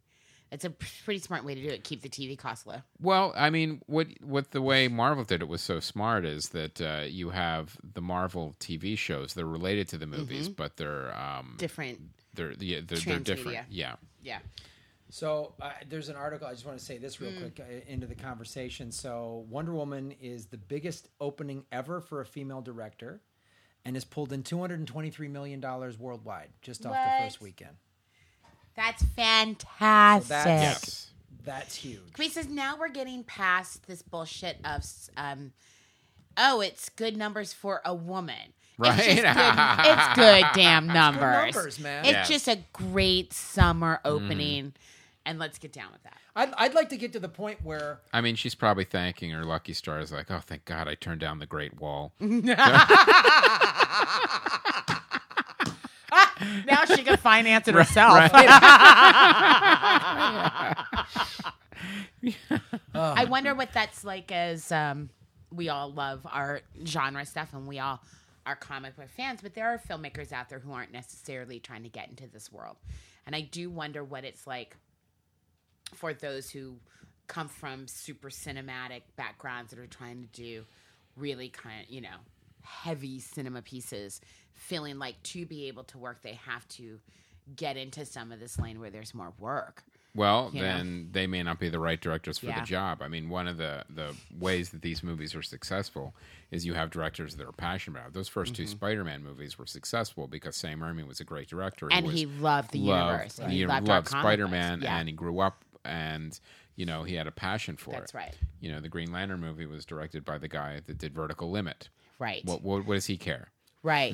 Speaker 4: It's a p- pretty smart way to do it. Keep the TV costs low.
Speaker 2: Well, I mean, what what the way Marvel did it was so smart is that uh, you have the Marvel TV shows. They're related to the
Speaker 4: Mm-hmm.
Speaker 2: movies, but they're um
Speaker 4: Different,
Speaker 2: they're yeah, they're, they're
Speaker 4: Transmedia.
Speaker 2: different. Yeah.
Speaker 4: yeah.
Speaker 3: So uh, there's an article. I just want to say this
Speaker 4: Hmm.
Speaker 3: real quick uh, into the conversation. So Wonder Woman is the biggest opening ever for a female director, and has pulled in 223 million dollars worldwide just off the
Speaker 4: What?
Speaker 3: first weekend.
Speaker 4: That's fantastic.
Speaker 3: Yes.
Speaker 2: Yes.
Speaker 3: That's huge.
Speaker 4: He says now we're getting past this bullshit of um, oh, it's good numbers for a woman. It's,
Speaker 2: <laughs>
Speaker 4: just
Speaker 2: Right.
Speaker 4: good, it's good damn numbers.
Speaker 3: numbers, man.
Speaker 4: It's
Speaker 2: Yes. Mm-hmm.
Speaker 4: just a great summer opening, and let's get down with that.
Speaker 3: I'd, I'd like to get to the point where
Speaker 2: I mean, she's probably thanking her lucky stars, like, "Oh, thank God, I turned down the Great Wall."
Speaker 4: Now she can finance it herself. <laughs> I wonder what that's like as um, we all love our genre stuff and we all are comic book fans, but there are filmmakers out there who aren't necessarily trying to get into this world. And I do wonder what it's like for those who come from super cinematic backgrounds that are trying to do really kind of, you know, heavy cinema pieces, feeling like to be able to work, they have to get into some of this lane where there's more work.
Speaker 2: Well,
Speaker 4: You know?
Speaker 2: then they may not be the right directors for
Speaker 4: Yeah.
Speaker 2: the job. I mean, one of the, the ways that these movies are successful is you have directors that are passionate about it. Those 1st two
Speaker 4: Mm-hmm.
Speaker 2: Spider Man movies were successful because Sam Raimi was a great director.
Speaker 4: And
Speaker 2: was-
Speaker 4: he loved the universe. and
Speaker 2: he
Speaker 4: he loved,
Speaker 2: loved
Speaker 4: Spider
Speaker 2: Spider-Man,
Speaker 4: Yeah.
Speaker 2: and he grew up, and you know he had a passion for
Speaker 4: That's
Speaker 2: it.
Speaker 4: right.
Speaker 2: You know, the Green Lantern movie was directed by the guy that did Vertical Limit.
Speaker 4: Right.
Speaker 2: What what, what does he care? <laughs>
Speaker 4: Right.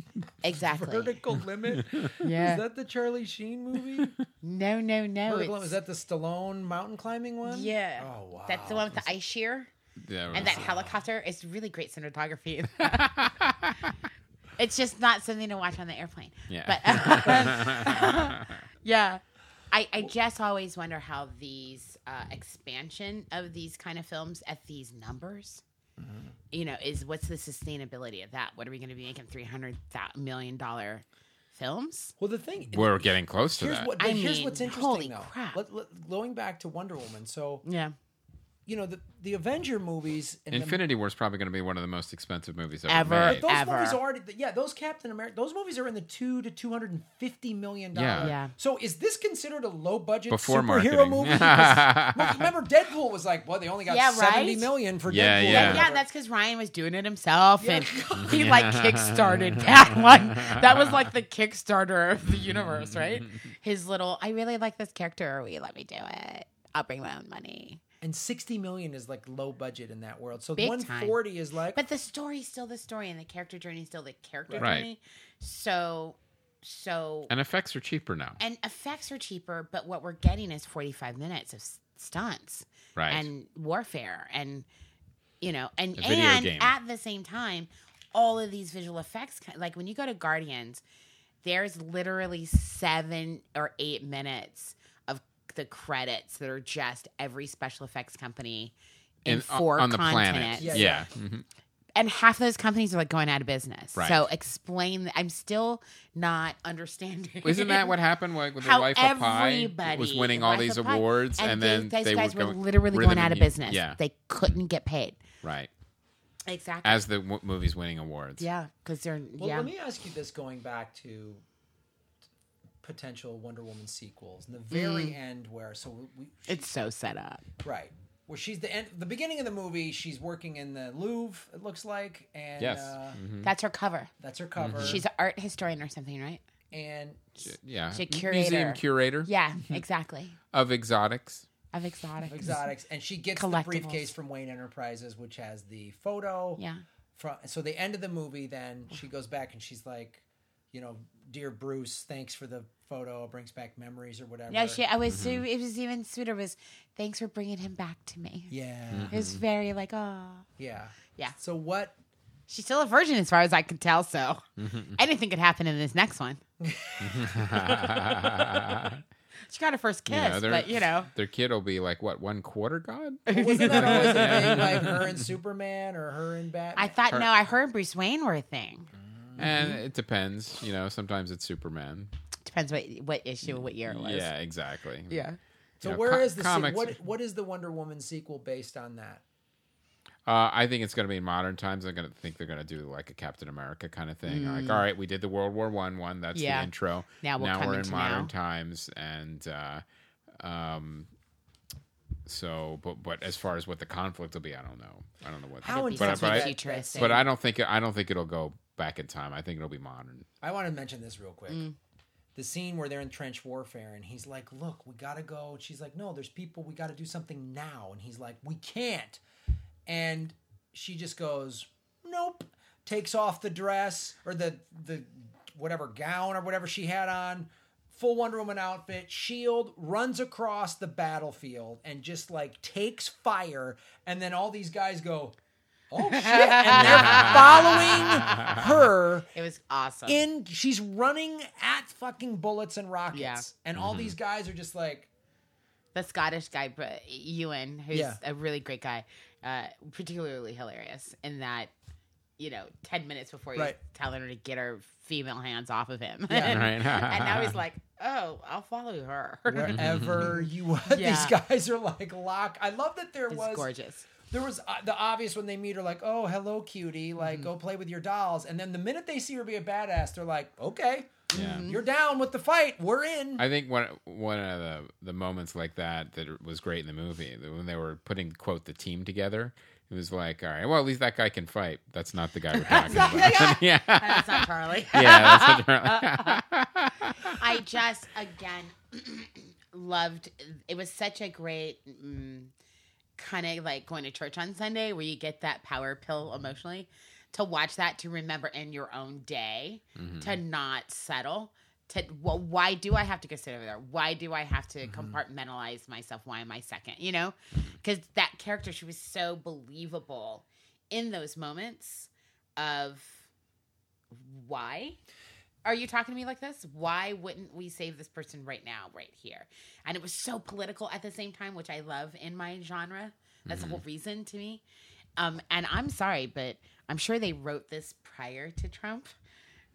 Speaker 4: <laughs> exactly.
Speaker 3: vertical
Speaker 4: <laughs>
Speaker 3: limit
Speaker 4: Yeah.
Speaker 3: is that the Charlie Sheen movie?
Speaker 4: <laughs> no, no, no.
Speaker 3: vertical
Speaker 4: It's,
Speaker 3: limit is that the Stallone mountain climbing one?
Speaker 4: yeah.
Speaker 3: Oh wow.
Speaker 4: That's the one with the ice shear
Speaker 2: That
Speaker 4: and
Speaker 2: was-
Speaker 4: that helicopter. It's really great cinematography. it's just not something to watch on the airplane.
Speaker 2: Yeah.
Speaker 4: But uh, <laughs> yeah. I, I just always wonder how these uh, expansion of these kind of films at these numbers, you know, is what's the sustainability of that? What are we going to be making three hundred million dollar films?
Speaker 3: Well, the thing.
Speaker 2: we're getting close to
Speaker 3: Here's
Speaker 2: that.
Speaker 3: what.
Speaker 4: I
Speaker 3: here's
Speaker 4: mean,
Speaker 3: what's interesting
Speaker 4: holy
Speaker 3: though.
Speaker 4: crap.
Speaker 3: Let- let- going back to Wonder Woman, so
Speaker 4: Yeah.
Speaker 3: you know the the Avenger movies and the-
Speaker 2: Infinity War is probably going to be one of the most expensive movies ever,
Speaker 4: Ever.
Speaker 2: made.
Speaker 3: those
Speaker 4: Ever.
Speaker 3: movies are already yeah those Captain America those movies are in the two to two hundred and fifty million
Speaker 2: Yeah.
Speaker 3: dollars.
Speaker 4: Yeah.
Speaker 3: So is this considered a low budget
Speaker 2: Before
Speaker 3: superhero
Speaker 2: marketing.
Speaker 3: movie?
Speaker 2: <laughs>
Speaker 3: Because- well, remember Deadpool was like, well, they only got
Speaker 4: Yeah, right?
Speaker 3: seventy million for
Speaker 2: Yeah,
Speaker 3: Deadpool.
Speaker 4: Yeah,
Speaker 2: yeah.
Speaker 4: yeah, that's because Ryan was doing it himself, and <laughs> he like kickstarted that <laughs> one. That was like the Kickstarter of the universe,
Speaker 2: <laughs>
Speaker 4: right? His little, I really like this character. Will you let me do it? I'll bring my own money.
Speaker 3: and sixty million is like low budget in that world. So
Speaker 4: Big
Speaker 3: one
Speaker 4: time.
Speaker 3: forty is like
Speaker 4: But the story's still the story, and the character journey's still the character
Speaker 2: Right.
Speaker 4: journey. So, so,
Speaker 2: And effects are cheaper now.
Speaker 4: and effects are cheaper, but what we're getting is forty-five minutes of s- stunts.
Speaker 2: Right.
Speaker 4: and warfare and you know and
Speaker 2: video
Speaker 4: and
Speaker 2: game.
Speaker 4: at the same time all of these visual effects ki- like when you go to guardians there's literally 7 or 8 minutes of the credits that are just every special effects company in,
Speaker 2: And on-
Speaker 4: four
Speaker 2: uh, on the
Speaker 4: continents
Speaker 2: planet.
Speaker 3: Yeah,
Speaker 2: Yeah.
Speaker 3: yeah.
Speaker 2: Mhm.
Speaker 4: and half of those companies are like going out of business
Speaker 2: Right.
Speaker 4: so explain i'm still not <laughs> understanding
Speaker 2: Isn't that what happened like, with
Speaker 4: How
Speaker 2: the Life of Pi
Speaker 4: everybody
Speaker 2: was winning all
Speaker 4: Life
Speaker 2: these
Speaker 4: of Pi-
Speaker 2: awards, and, then
Speaker 4: these
Speaker 2: they
Speaker 4: guys
Speaker 2: were,
Speaker 4: were,
Speaker 2: going-
Speaker 4: literally
Speaker 2: Rhythm
Speaker 4: going out of
Speaker 2: and-
Speaker 4: business
Speaker 2: Yeah,
Speaker 4: they couldn't get paid
Speaker 2: right.
Speaker 4: exactly
Speaker 2: As the w- movie's winning awards,
Speaker 4: Yeah, because they're
Speaker 3: Well,
Speaker 4: yeah.
Speaker 3: let me ask you this: going back to potential Wonder Woman sequels, and the very
Speaker 4: Mm-hmm.
Speaker 3: end where so we, we
Speaker 4: it's so set up.
Speaker 3: right where she's the end, the beginning of the movie, she's working in the Louvre, it looks like, and
Speaker 2: Yes.
Speaker 3: uh,
Speaker 4: That's her cover.
Speaker 3: that's her cover.
Speaker 4: She's an art historian or something, right?
Speaker 3: and
Speaker 2: yeah,
Speaker 4: She's a
Speaker 2: museum
Speaker 4: curator.
Speaker 2: curator
Speaker 4: Yeah, exactly.
Speaker 2: of exotics.
Speaker 4: Of exotic.
Speaker 3: exotics, and she gets the
Speaker 4: Collectibles.
Speaker 3: briefcase from Wayne Enterprises, which has the photo.
Speaker 4: Yeah.
Speaker 3: From so the end of the movie, then she goes back and she's like, you know, dear Bruce, thanks for the photo. It brings back memories or whatever.
Speaker 4: No, she. I was. so It was even sweeter. Was thanks for bringing him back to me.
Speaker 3: Yeah.
Speaker 2: Hmm.
Speaker 4: It was very like, oh,
Speaker 3: Yeah.
Speaker 4: Yeah.
Speaker 3: So what?
Speaker 4: she's still a virgin as far as I could tell. So
Speaker 2: Mm-hmm.
Speaker 4: anything could happen in this
Speaker 2: <laughs>
Speaker 4: next one. She got her first kiss,
Speaker 2: they're-
Speaker 4: but you know,
Speaker 2: their kid will be like what one quarter
Speaker 4: <laughs>
Speaker 2: god.
Speaker 3: Wasn't
Speaker 2: <laughs>
Speaker 3: that always a thing, like her and Superman or her and Batman?
Speaker 4: I thought
Speaker 2: Her-
Speaker 4: no, I heard Bruce Wayne were a thing.
Speaker 2: And it depends, you know. Sometimes it's Superman.
Speaker 4: Depends what what issue, what year it was.
Speaker 2: Yeah, exactly.
Speaker 4: yeah.
Speaker 3: so
Speaker 2: you know,
Speaker 3: where
Speaker 2: co-
Speaker 3: is the se-
Speaker 2: comics-
Speaker 3: what? What is the Wonder Woman sequel based on that?
Speaker 2: Uh, I think it's going to be in modern times. I'm going to think they're going to do like a Captain America kind of thing. Like, all right, we did the World War One one. That's
Speaker 4: Mm. Yeah.
Speaker 2: the intro.
Speaker 4: Now we'll come
Speaker 2: we're in
Speaker 4: into
Speaker 2: modern
Speaker 4: now.
Speaker 2: times, and uh, um, so but but as far as what the conflict will be, I don't know. I don't know what.
Speaker 3: How in
Speaker 2: but, I-
Speaker 4: something
Speaker 2: but, I,
Speaker 4: futuristic.
Speaker 2: but I don't think I don't think it'll go back in time. I think it'll be modern.
Speaker 3: I want to mention this real quick. The scene where they're in trench warfare and he's like, "Look, we gotta go." And she's like, "No, there's people. We gotta do something now." And he's like, "We can't." And she just goes, "Nope." Takes off the dress or the the whatever gown or whatever she had on, full Wonder Woman outfit, shield, runs across the battlefield and just like takes fire. And then all these guys go, "Oh shit!" and they're following her
Speaker 4: It was awesome.
Speaker 3: in she's running at fucking bullets and rockets
Speaker 4: Yeah.
Speaker 3: and
Speaker 2: Mm-hmm.
Speaker 3: all these guys are just like
Speaker 4: the Scottish guy, Br- Ewan, who's
Speaker 3: Yeah.
Speaker 4: a really great guy, uh, particularly hilarious in that, you know, 10 minutes before he's
Speaker 3: Right.
Speaker 4: telling her to get her female hands off of him.
Speaker 3: Yeah.
Speaker 2: Right.
Speaker 4: <laughs> and now he's like, oh, I'll follow her.
Speaker 2: <laughs>
Speaker 3: wherever you want
Speaker 4: Yeah.
Speaker 3: these guys are like lock i love that there
Speaker 4: It's
Speaker 3: was
Speaker 4: <laughs> gorgeous.
Speaker 3: there was uh, the obvious when they meet her like oh hello cutie
Speaker 4: Mm-hmm.
Speaker 3: like go play with your dolls and then the minute they see her be a badass they're like okay
Speaker 2: Yeah.
Speaker 3: you're down with the fight we're in
Speaker 2: I think one one of the the moments like that that was great in the movie that when they were putting quote the team together. It was like, all right, well, at least that guy can fight. That's not the guy we're talking about. <laughs> yeah, yeah,
Speaker 4: That's not Charlie.
Speaker 2: that's <laughs> what they're-
Speaker 4: I just again <clears throat> loved. It was such a great mm, kind of like going to church on Sunday, where you get that power pill emotionally to watch that to remember in your own day
Speaker 2: Mm-hmm.
Speaker 4: to not settle. To well, why do I have to go sit over there? Why do I have to compartmentalize myself? Why am I second? You know, because that character she was so believable in those moments of why are you talking to me like this? Why wouldn't we save this person right now, right here? And it was so political at the same time, which I love in my genre. That's
Speaker 2: Mm-hmm.
Speaker 4: the whole reason to me. Um, and I'm sorry, but I'm sure they wrote this prior to Trump.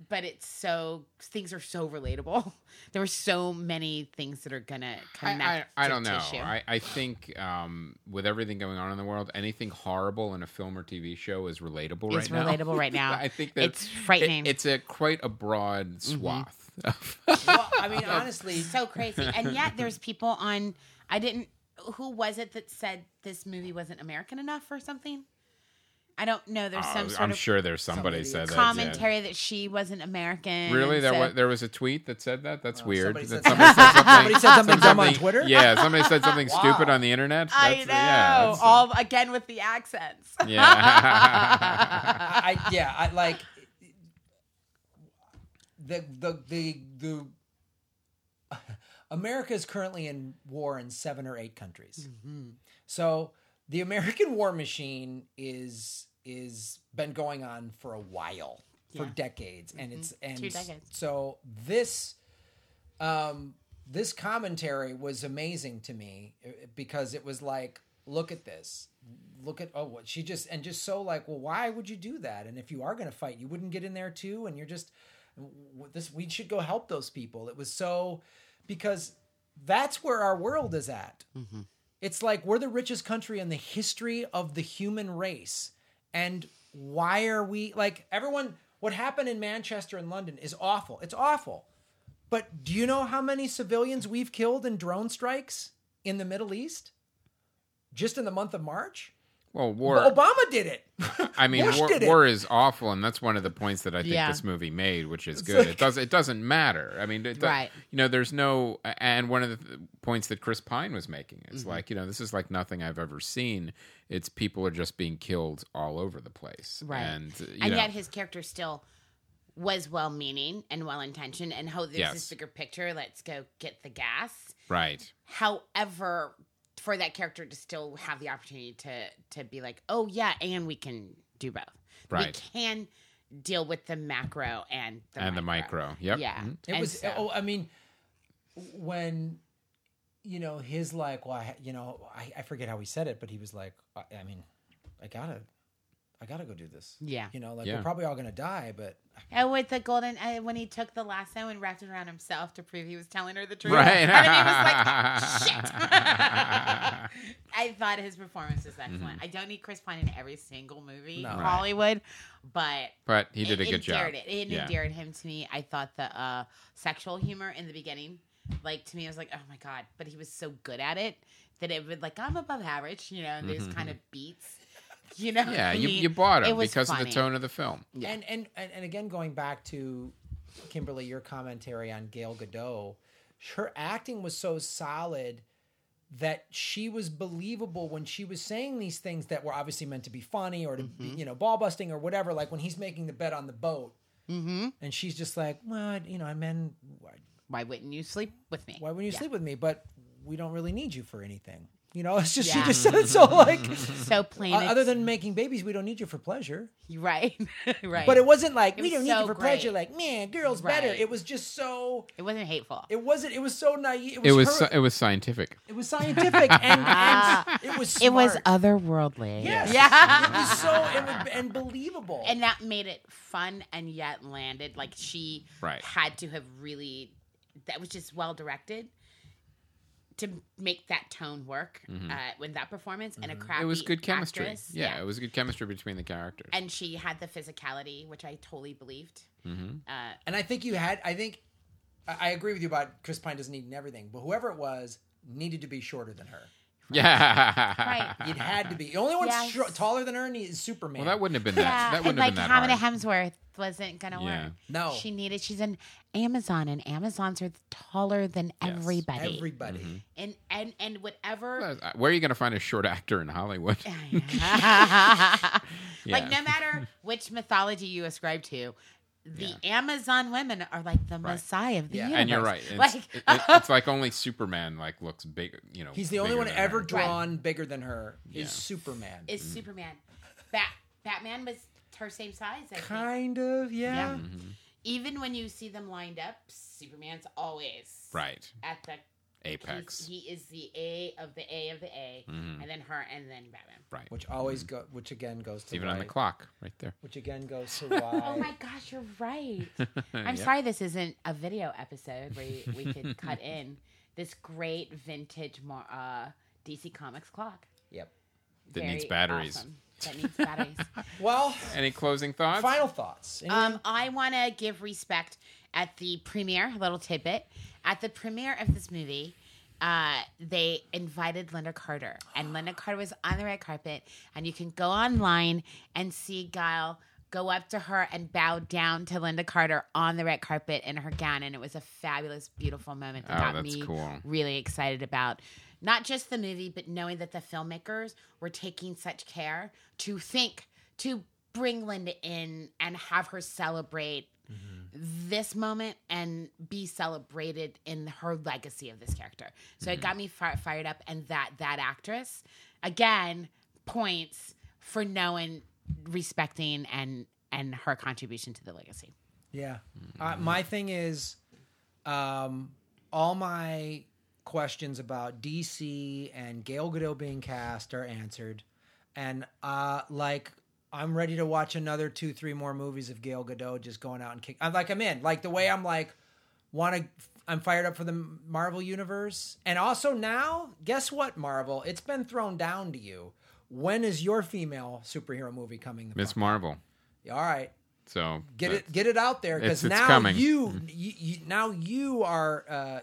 Speaker 4: But it's so things are so relatable. <laughs> There were so many things that are gonna connect.
Speaker 2: I, I, I
Speaker 4: to
Speaker 2: don't know.
Speaker 4: tissue.
Speaker 2: I, I think um, with everything going on in the world, anything horrible in a film or TV show is relatable
Speaker 4: it's
Speaker 2: right now.
Speaker 4: relatable
Speaker 2: <laughs>
Speaker 4: right now.
Speaker 2: I think that
Speaker 4: it's frightening. Mm-hmm.
Speaker 2: it- it's a quite a broad swath. of
Speaker 3: well, i
Speaker 4: <laughs>
Speaker 3: mean honestly
Speaker 4: so crazy. And
Speaker 2: <laughs>
Speaker 4: yet there's people on I didn't who was it that said this movie wasn't American enough or something? I don't know.
Speaker 2: <laughs>
Speaker 4: There's some
Speaker 2: Oh,
Speaker 4: sort
Speaker 2: I'm
Speaker 4: of
Speaker 2: sure there's somebody,
Speaker 3: somebody-
Speaker 2: said that. yeah.
Speaker 4: commentary that she wasn't American.
Speaker 2: Really? There
Speaker 4: so-
Speaker 2: was there was a tweet that said that. That's weird.
Speaker 3: somebody
Speaker 2: That
Speaker 3: said something- somebody said something dumb on Twitter?
Speaker 2: Yeah, somebody said
Speaker 4: <laughs>
Speaker 2: something stupid on the internet.
Speaker 4: I know.
Speaker 2: That's- yeah, that's-
Speaker 4: all again with
Speaker 2: <laughs>
Speaker 4: the accents. <laughs>
Speaker 2: Yeah. <laughs>
Speaker 3: I, I yeah, I like the the the the <laughs> America is currently in war in seven or eight countries.
Speaker 4: Mm-hmm.
Speaker 3: So the American <laughs> war machine is is been going on for a while, for
Speaker 4: Yeah. Mm-hmm.
Speaker 3: decades, and it's and
Speaker 4: Two decades.
Speaker 3: so this um this commentary was amazing to me eh, because it was like look at this look at oh what she just and just so like well why would you do that and if you are going to fight you wouldn't get in there too and you're just w- this we should go help those people it was so because that's where our world is at it's like we're the richest country in the history of the human race. And why are we like everyone? What happened in Manchester and London is awful. It's awful. But do you know how many civilians we've killed in drone strikes in the Middle East? Just in the month of March?
Speaker 2: well, war.
Speaker 3: Obama did it.
Speaker 2: <laughs> I mean,
Speaker 3: Bush
Speaker 2: war,
Speaker 3: did it.
Speaker 2: war is awful, and that's one of the points that I think
Speaker 4: Yeah.
Speaker 2: this movie made, which is good. it does. It doesn't matter. I mean, it do-
Speaker 4: Right.
Speaker 2: You know, there's no. And one of the th- points that Chris Pine was making
Speaker 4: Mm-hmm.
Speaker 2: is like, you know, this is like nothing I've ever seen. It's people are just being killed all over the place,
Speaker 4: Right.
Speaker 2: And, uh, you
Speaker 4: and
Speaker 2: know,
Speaker 4: yet his character still was well meaning and well intentioned and how there's
Speaker 2: Yes.
Speaker 4: this bigger picture, let's go get the gas.
Speaker 2: Right.
Speaker 4: However, for that character to still have the opportunity to to be like, oh yeah, and we can do both.
Speaker 2: Right.
Speaker 4: We can deal with the macro and the
Speaker 2: and the
Speaker 4: micro.
Speaker 2: micro. Yep.
Speaker 4: Yeah.
Speaker 2: Mhm.
Speaker 3: It
Speaker 4: And
Speaker 3: was.
Speaker 4: so-
Speaker 3: Oh, I mean, when you know his like, well, I, you know, I, I forget how he said it, but he was like, I, I mean, I gotta, I gotta go do this.
Speaker 4: Yeah.
Speaker 3: You know, like
Speaker 2: Yeah.
Speaker 3: we're probably all gonna die, but
Speaker 4: Oh, with the golden uh, when he took the lasso and wrapped it around himself to prove he was telling her the truth.
Speaker 2: Right.
Speaker 4: And then he
Speaker 2: <laughs>
Speaker 4: was like, "Shit." I thought his performance was excellent.
Speaker 2: Mm-hmm.
Speaker 4: I don't need Chris Pine in every single movie
Speaker 3: No.
Speaker 4: in
Speaker 3: Right.
Speaker 4: Hollywood, but
Speaker 2: But he did a
Speaker 4: it
Speaker 2: good job.
Speaker 4: endeared It, it
Speaker 2: Yeah.
Speaker 4: endeared him to me. I thought the uh, sexual humor in the beginning, like to me, I was like, "Oh my god!" But he was so good at it that it would like I'm above average, you know. And There's kind of beats, you know.
Speaker 2: Mm-hmm, Yeah,
Speaker 4: I
Speaker 2: you,
Speaker 4: mean,
Speaker 2: you bought
Speaker 4: it
Speaker 2: him
Speaker 4: was
Speaker 2: because of
Speaker 4: funny.
Speaker 2: the tone of the film.
Speaker 4: Yeah.
Speaker 3: and, and and and again, going back to Kimberly, your commentary on Gail Godot, her acting was so solid that she was believable when she was saying these things that were obviously meant to be funny or to be, you know ball busting or whatever. Like when he's making the bet on the boat.
Speaker 4: Mm-hmm.
Speaker 3: And she's just like, well, I- you know, I mean, why,
Speaker 4: Why wouldn't you sleep with me?
Speaker 3: why wouldn't you
Speaker 4: Yeah.
Speaker 3: sleep with me? But we don't really need you for anything. You know, <laughs> it's just she
Speaker 4: Yeah.
Speaker 3: just said it so like.
Speaker 4: <laughs> So plain.
Speaker 3: o- Uh, other
Speaker 4: it's-
Speaker 3: than making babies, we don't need you for pleasure.
Speaker 4: <laughs> right, <laughs> right.
Speaker 3: But it wasn't like
Speaker 4: It
Speaker 3: we
Speaker 4: was
Speaker 3: don't need
Speaker 4: so
Speaker 3: you for pleasure. Like man, girls better.
Speaker 4: Right.
Speaker 3: It was just so.
Speaker 4: It wasn't hateful.
Speaker 3: It wasn't. It was so naive.
Speaker 2: It was
Speaker 3: her-
Speaker 2: sci- it was scientific.
Speaker 3: it was scientific and, and
Speaker 4: <laughs>
Speaker 3: it was. Smart.
Speaker 4: It was otherworldly.
Speaker 3: Yes.
Speaker 4: Yeah.
Speaker 3: It
Speaker 4: <laughs>
Speaker 3: was so it was, and believable.
Speaker 4: and that made it fun and yet landed. Like she
Speaker 2: Right.
Speaker 4: had to have really. That was just well directed to make that tone work uh, with that performance and a crappy.
Speaker 2: Mm-hmm. It was good chemistry.
Speaker 4: actress.
Speaker 2: Yeah, it was good chemistry between the characters.
Speaker 4: And she had the physicality, which I totally believed.
Speaker 2: Mm-hmm.
Speaker 4: Uh,
Speaker 3: And I think you had. I think I I agree with you about Chris Pine doesn't need in everything, but whoever it was needed to be shorter than her.
Speaker 2: yeah. <laughs>
Speaker 4: Right.
Speaker 3: It had to be. The only one
Speaker 4: Yes.
Speaker 3: stro- taller than her and he is Superman.
Speaker 2: Well, that wouldn't have been that.
Speaker 4: yeah,
Speaker 2: That
Speaker 4: and
Speaker 2: wouldn't
Speaker 4: like
Speaker 2: have been that
Speaker 4: Hamada
Speaker 2: hard.
Speaker 4: Hemsworth wasn't gonna
Speaker 2: Yeah.
Speaker 4: work.
Speaker 3: No.
Speaker 4: she needed. She's an Amazon, and Amazons are taller than everybody.
Speaker 3: Everybody.
Speaker 2: Mm-hmm.
Speaker 4: and and and whatever.
Speaker 2: Where are you going to find a short actor in Hollywood?
Speaker 4: <laughs> Like no matter which mythology you ascribe to, the Amazon women are like the Messiah of the
Speaker 2: <laughs>
Speaker 3: Yeah.
Speaker 4: universe.
Speaker 2: and you're right. It's
Speaker 4: Like
Speaker 2: it-
Speaker 4: <laughs>
Speaker 2: it- it's like only Superman like looks big. You know,
Speaker 3: He's the only
Speaker 2: bigger
Speaker 3: one
Speaker 2: than
Speaker 3: ever
Speaker 2: her.
Speaker 3: drawn bigger than her is
Speaker 2: Yeah.
Speaker 3: Superman.
Speaker 4: <laughs> is
Speaker 2: Mm.
Speaker 4: Superman. Bat Batman was her same size. I think.
Speaker 3: kind of, yeah.
Speaker 4: Yeah.
Speaker 2: Mm-hmm.
Speaker 4: Even when you see them lined up, Superman's always
Speaker 2: right
Speaker 4: at the he's-
Speaker 2: apex. Mm-hmm.
Speaker 4: He is the A of the A of the A, and then her, and then Batman.
Speaker 2: right,
Speaker 3: Which always go which again goes to
Speaker 2: even
Speaker 3: why,
Speaker 2: on the clock, right there.
Speaker 3: Which again goes to why
Speaker 4: <laughs> Oh
Speaker 2: <laughs>
Speaker 4: my gosh, you're right. I'm sorry this isn't a video episode where you, we could
Speaker 2: <laughs>
Speaker 4: cut in this great vintage mar- uh, DC Comics clock.
Speaker 3: Yep.
Speaker 2: That needs
Speaker 4: Very
Speaker 2: batteries.
Speaker 4: awesome. That
Speaker 2: <laughs>
Speaker 4: needs batteries.
Speaker 3: Well,
Speaker 2: Any closing thoughts?
Speaker 3: final thoughts. Any-
Speaker 4: um, I want to give respect at the premiere, a little tidbit. At the premiere of this movie, uh, they invited Linda Carter, and Linda Carter was on the red carpet. And you can go online and see Guile go up to her and bow down to Linda Carter on the red carpet in her gown. And it was a fabulous, beautiful moment that
Speaker 2: Oh,
Speaker 4: got
Speaker 2: that's
Speaker 4: me
Speaker 2: cool.
Speaker 4: really excited about not just the movie, but knowing that the filmmakers were taking such care to think to bring Linda in and have her celebrate
Speaker 2: Mm-hmm.
Speaker 4: this moment and be celebrated in her legacy of this character. So
Speaker 2: Mm-hmm.
Speaker 4: it got me fi- fired up, and that that actress again points for knowing, respecting, and and her contribution to the legacy.
Speaker 3: Yeah. Uh, my thing is, um, all my questions about DC and Gail Godot being cast are answered, and uh, like I'm ready to watch another two, three more movies of Gail Godot just going out and kick. I'm like I'm in. Like the way I'm like want to. I'm fired up for the Marvel universe, and also now, guess what, Marvel? It's been thrown down to you. When is your female superhero movie coming? the
Speaker 2: Miss
Speaker 3: fuck-
Speaker 2: Marvel.
Speaker 3: All right,
Speaker 2: So
Speaker 3: get
Speaker 2: that's-
Speaker 3: it get it out there
Speaker 2: It's-
Speaker 3: because
Speaker 2: it's
Speaker 3: now
Speaker 2: coming. Mm-hmm.
Speaker 3: you, you, you now you are uh,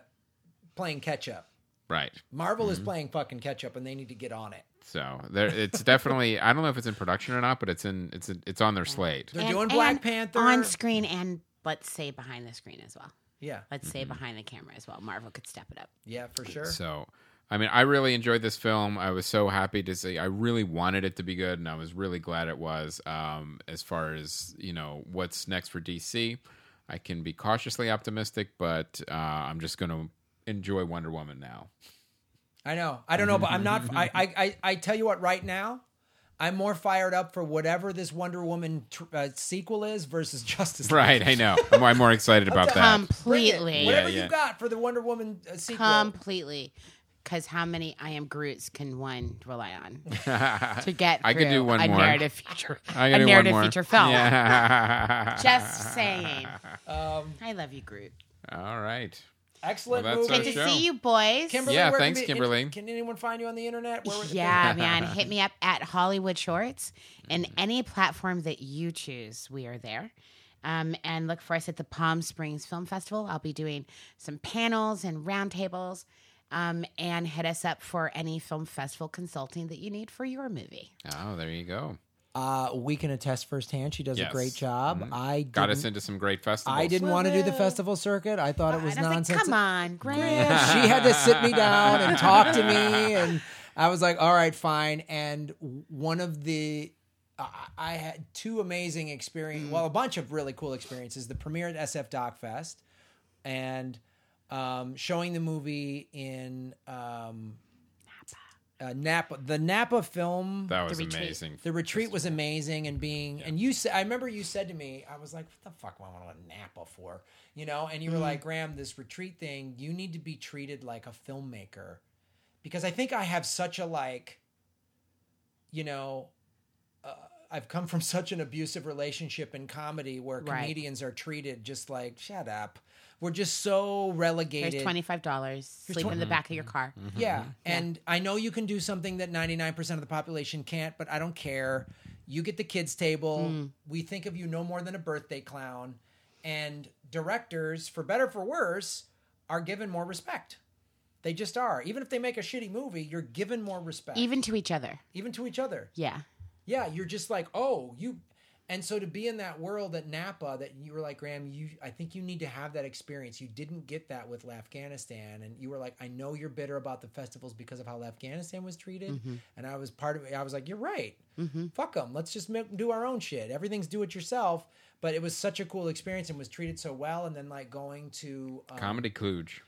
Speaker 3: playing catch up.
Speaker 2: Right.
Speaker 3: Marvel
Speaker 2: Mm-hmm.
Speaker 3: is playing fucking catch up, and they need to get on it.
Speaker 2: So there, it's definitely. I don't know if it's in production or not, but it's in. It's it's on their slate.
Speaker 3: They're
Speaker 4: And-
Speaker 3: doing Black
Speaker 4: and
Speaker 3: Panther
Speaker 4: on screen, and let's say behind the screen as well.
Speaker 3: Yeah,
Speaker 2: Mm-hmm.
Speaker 4: Let's say behind the camera as well. Marvel could step it up.
Speaker 3: yeah, for sure.
Speaker 2: So, I mean, I really enjoyed this film. I was so happy to see. I really wanted it to be good, and I was really glad it was. Um, as far as you know, what's next for DC? I can be cautiously optimistic, but uh, I'm just going to enjoy Wonder Woman now. <laughs>
Speaker 3: I know. I don't know, but I'm not.
Speaker 2: Mm-hmm.
Speaker 3: I, I, I, I tell you what, right now, I'm more fired up for whatever this Wonder Woman tr- uh, sequel is versus <laughs> Justice. League.
Speaker 2: Right? I know. I'm, I'm more excited about that.
Speaker 4: um,
Speaker 3: Bring it.
Speaker 4: Completely.
Speaker 3: Whatever
Speaker 2: yeah.
Speaker 3: you got for the Wonder Woman uh, sequel.
Speaker 4: Completely. Because how many I Am Groots can one rely
Speaker 2: <laughs>
Speaker 4: on to get
Speaker 2: I could
Speaker 4: through
Speaker 2: do one
Speaker 4: a
Speaker 2: more.
Speaker 4: narrative feature,
Speaker 2: I
Speaker 4: a
Speaker 2: gotta do
Speaker 4: narrative
Speaker 2: one more.
Speaker 4: feature film?
Speaker 2: Yeah.
Speaker 4: Just saying.
Speaker 3: Um,
Speaker 4: I love you, Groot.
Speaker 2: <laughs> All right.
Speaker 3: excellent
Speaker 2: Well, that's
Speaker 3: movie.
Speaker 4: Good
Speaker 2: Good
Speaker 4: to
Speaker 2: show.
Speaker 4: see you, boys.
Speaker 3: Kimberly,
Speaker 2: Yeah,
Speaker 3: where can
Speaker 2: thanks,
Speaker 3: we-
Speaker 2: Kimberly.
Speaker 3: Can anyone find you on the internet? Where was it- Mm.
Speaker 4: Yeah,
Speaker 3: <laughs>
Speaker 4: man. Hit me up at Hollywood Shorts and any platform that you choose. We are there. Um, and look for us at the Palm Springs Film Festival. I'll be doing some panels and roundtables. Um, and hit us up for any film festival consulting that you need for your movie.
Speaker 2: Oh, there you go.
Speaker 3: Uh, we can attest firsthand. She does a
Speaker 2: Yes.
Speaker 3: great job.
Speaker 2: Mhm.
Speaker 3: I
Speaker 2: Got us
Speaker 3: didn't-
Speaker 2: into some great festivals.
Speaker 3: I didn't want to do the
Speaker 4: Woohoo.
Speaker 3: festival circuit. I thought it was
Speaker 4: And I was
Speaker 3: nonsense.
Speaker 4: like,
Speaker 3: <laughs>
Speaker 4: come on, Grant.
Speaker 3: Yeah, she had to sit me down and talk to
Speaker 4: <laughs>
Speaker 3: me and i was like all right fine and one of the I- i had two amazing experience well a bunch of really cool experiences the premiere at sf doc fest and um, showing the movie in um, uh, napa the napa film
Speaker 2: That was
Speaker 4: The retreat.
Speaker 2: amazing.
Speaker 3: the retreat was amazing and being and you said I remember you said to me, I was like, What the fuck am I want to Napa for? You know, and you were like, Graham, this retreat thing, you need to be treated like a filmmaker. Because I think I have such a like, you know, uh, I've come from <laughs> such an abusive relationship in comedy where
Speaker 4: Right.
Speaker 3: comedians are treated just like, shut up. We're just so relegated.
Speaker 4: Here's $25. Sleep in the back of
Speaker 3: Mm.
Speaker 4: your car.
Speaker 3: Yeah. And I know you can do something that 99% of the population can't, but I don't care. You get the kids' table. We think of you no more than a birthday clown. And directors, for better or for worse, are given more respect. They just are. Even if they make a shitty movie, you're given more respect.
Speaker 4: Even to each other.
Speaker 3: Even to each other.
Speaker 4: Yeah.
Speaker 3: Yeah, you're just like, oh, you. And so to be in that world at Napa, that you were like, Graham, you, I think you need to have that experience. You didn't get that with Afghanistan, and you were like, I know you're bitter about the festivals because of how Afghanistan was treated,
Speaker 4: Mm-hmm.
Speaker 3: and I was part of it. I was like, you're right. Fuck them. Let's just make, do our own shit. Everything's do it yourself. But it was such a cool experience and was treated so well. And then like going to um,
Speaker 2: Comedy Kluge.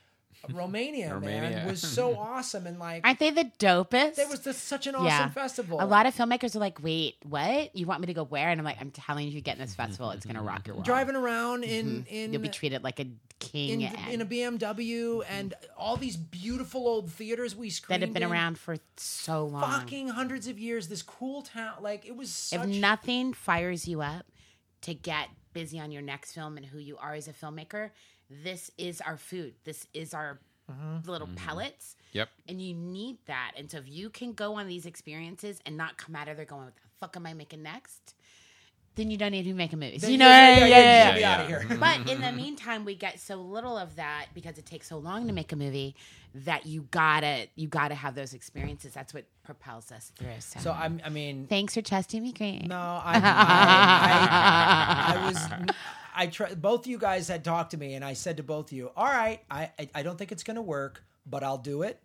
Speaker 3: <laughs> Romania, man,
Speaker 2: Romania.
Speaker 3: <laughs> was so awesome. And like,
Speaker 4: Aren't they the dopest?
Speaker 3: that was just such an awesome
Speaker 4: Yeah.
Speaker 3: festival.
Speaker 4: A lot of filmmakers are like, wait, what? You want me to go where? And I'm like, I'm telling you, you get in this festival, it's going to rock your world.
Speaker 3: driving around in in
Speaker 4: Mm-hmm. You'll be treated like a
Speaker 3: in,
Speaker 4: king and-
Speaker 3: in a BMW and all these beautiful old theaters we
Speaker 4: Mm-hmm. that
Speaker 3: screened
Speaker 4: have been
Speaker 3: in,
Speaker 4: around for so long.
Speaker 3: fucking hundreds of years. This cool town, like it was
Speaker 4: if
Speaker 3: such.
Speaker 4: nothing fires you up to get busy on your next film and who you are as a filmmaker, this is our food. This is our
Speaker 3: Mm-hmm.
Speaker 4: little pellets.
Speaker 2: Yep.
Speaker 4: And you need that. And so if you can go on these experiences and not come out of there going, what the fuck am I making next? Then you don't need to make a movie. you know, yeah,
Speaker 3: get
Speaker 4: yeah,
Speaker 3: me
Speaker 2: yeah. Mm-hmm.
Speaker 3: outta here.
Speaker 4: but
Speaker 2: <laughs>
Speaker 4: in the meantime we get so little of that because it takes so long to make a movie that you gotta you gotta have those experiences that's what propels us through so,
Speaker 3: So I'm, I mean,
Speaker 4: thanks for trusting me green
Speaker 3: no, I, I, I, I was. I try, both you guys had talked to me, and I said to both of you, "All right, I, I, I don't think it's going to work, but I'll do it."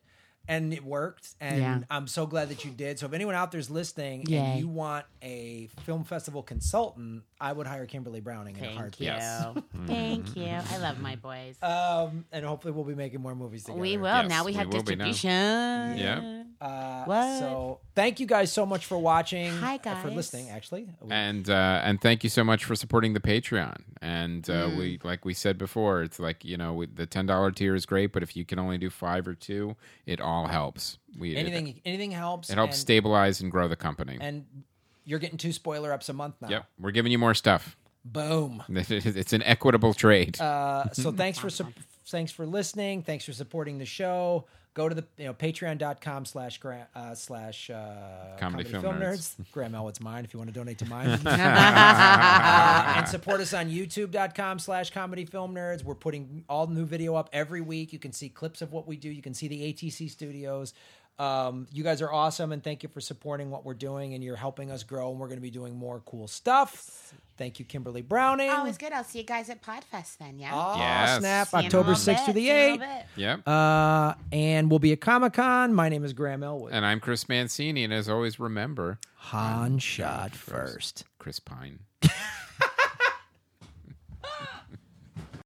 Speaker 3: And it worked, and
Speaker 4: Yeah.
Speaker 3: I'm so glad that you did. So, if anyone out there's listening
Speaker 4: Yay.
Speaker 3: and you want a film festival consultant, I would hire Kimberly Browning in a
Speaker 4: thank
Speaker 3: heartbeat.
Speaker 2: <laughs>
Speaker 4: you
Speaker 2: Yes.
Speaker 4: thank you i love my boys
Speaker 3: Um, and hopefully we'll be making more movies together.
Speaker 4: we will
Speaker 2: Yes,
Speaker 4: now we
Speaker 2: we
Speaker 4: have
Speaker 2: will be now.
Speaker 4: distribution
Speaker 2: Yeah.
Speaker 3: Uh,
Speaker 4: What?
Speaker 3: So thank you guys so much for watching.
Speaker 4: Hi,
Speaker 3: uh, For
Speaker 4: guys.
Speaker 3: listening, actually. We-
Speaker 2: And uh, and thank you so much for supporting the Patreon. And uh,
Speaker 3: Mm.
Speaker 2: we like we said before, it's like you know we, the ten dollar tier is great, but if you can only do five or two, it all helps. We
Speaker 3: anything,
Speaker 2: it,
Speaker 3: anything helps.
Speaker 2: it helps
Speaker 3: and,
Speaker 2: stabilize and grow the company.
Speaker 3: And uh, you're getting two spoiler ups a month now.
Speaker 2: yep, we're giving you more stuff. <laughs>
Speaker 3: Boom.
Speaker 2: It's an equitable trade.
Speaker 3: Uh,
Speaker 2: Mm-hmm.
Speaker 3: so thanks for sup- thanks for listening. Thanks for supporting the show. Go to the you know patreon.com slash gra- uh, slash uh,
Speaker 2: Comedy Film Nerds. <laughs>
Speaker 3: Graham Elwood's mine if you want to donate to mine. Uh, and support us on youtube.com slash comedy film nerds. We're putting all new video up every week. You can see clips of what we do. You can see the ATC studios. Um, you guys are awesome, and thank you for supporting what we're doing, and you're helping us grow. And we're going to be doing more cool stuff. Thank you, Kimberly Browning.
Speaker 4: Oh, it's good. I'll see you guys at Podfest then. Yeah.
Speaker 3: Aw,
Speaker 2: Yes.
Speaker 3: snap!
Speaker 4: See you in a
Speaker 3: Ah, October
Speaker 4: little
Speaker 3: 6th to
Speaker 4: bit,
Speaker 3: the
Speaker 4: see you in a little
Speaker 3: 8th.
Speaker 4: bit.
Speaker 2: Yep.
Speaker 3: Uh, and we'll be at Comic Con. My name is Graham Elwood.
Speaker 2: and I'm Chris Mancini, and as always, remember
Speaker 3: Han shot first.
Speaker 2: Chris Pine.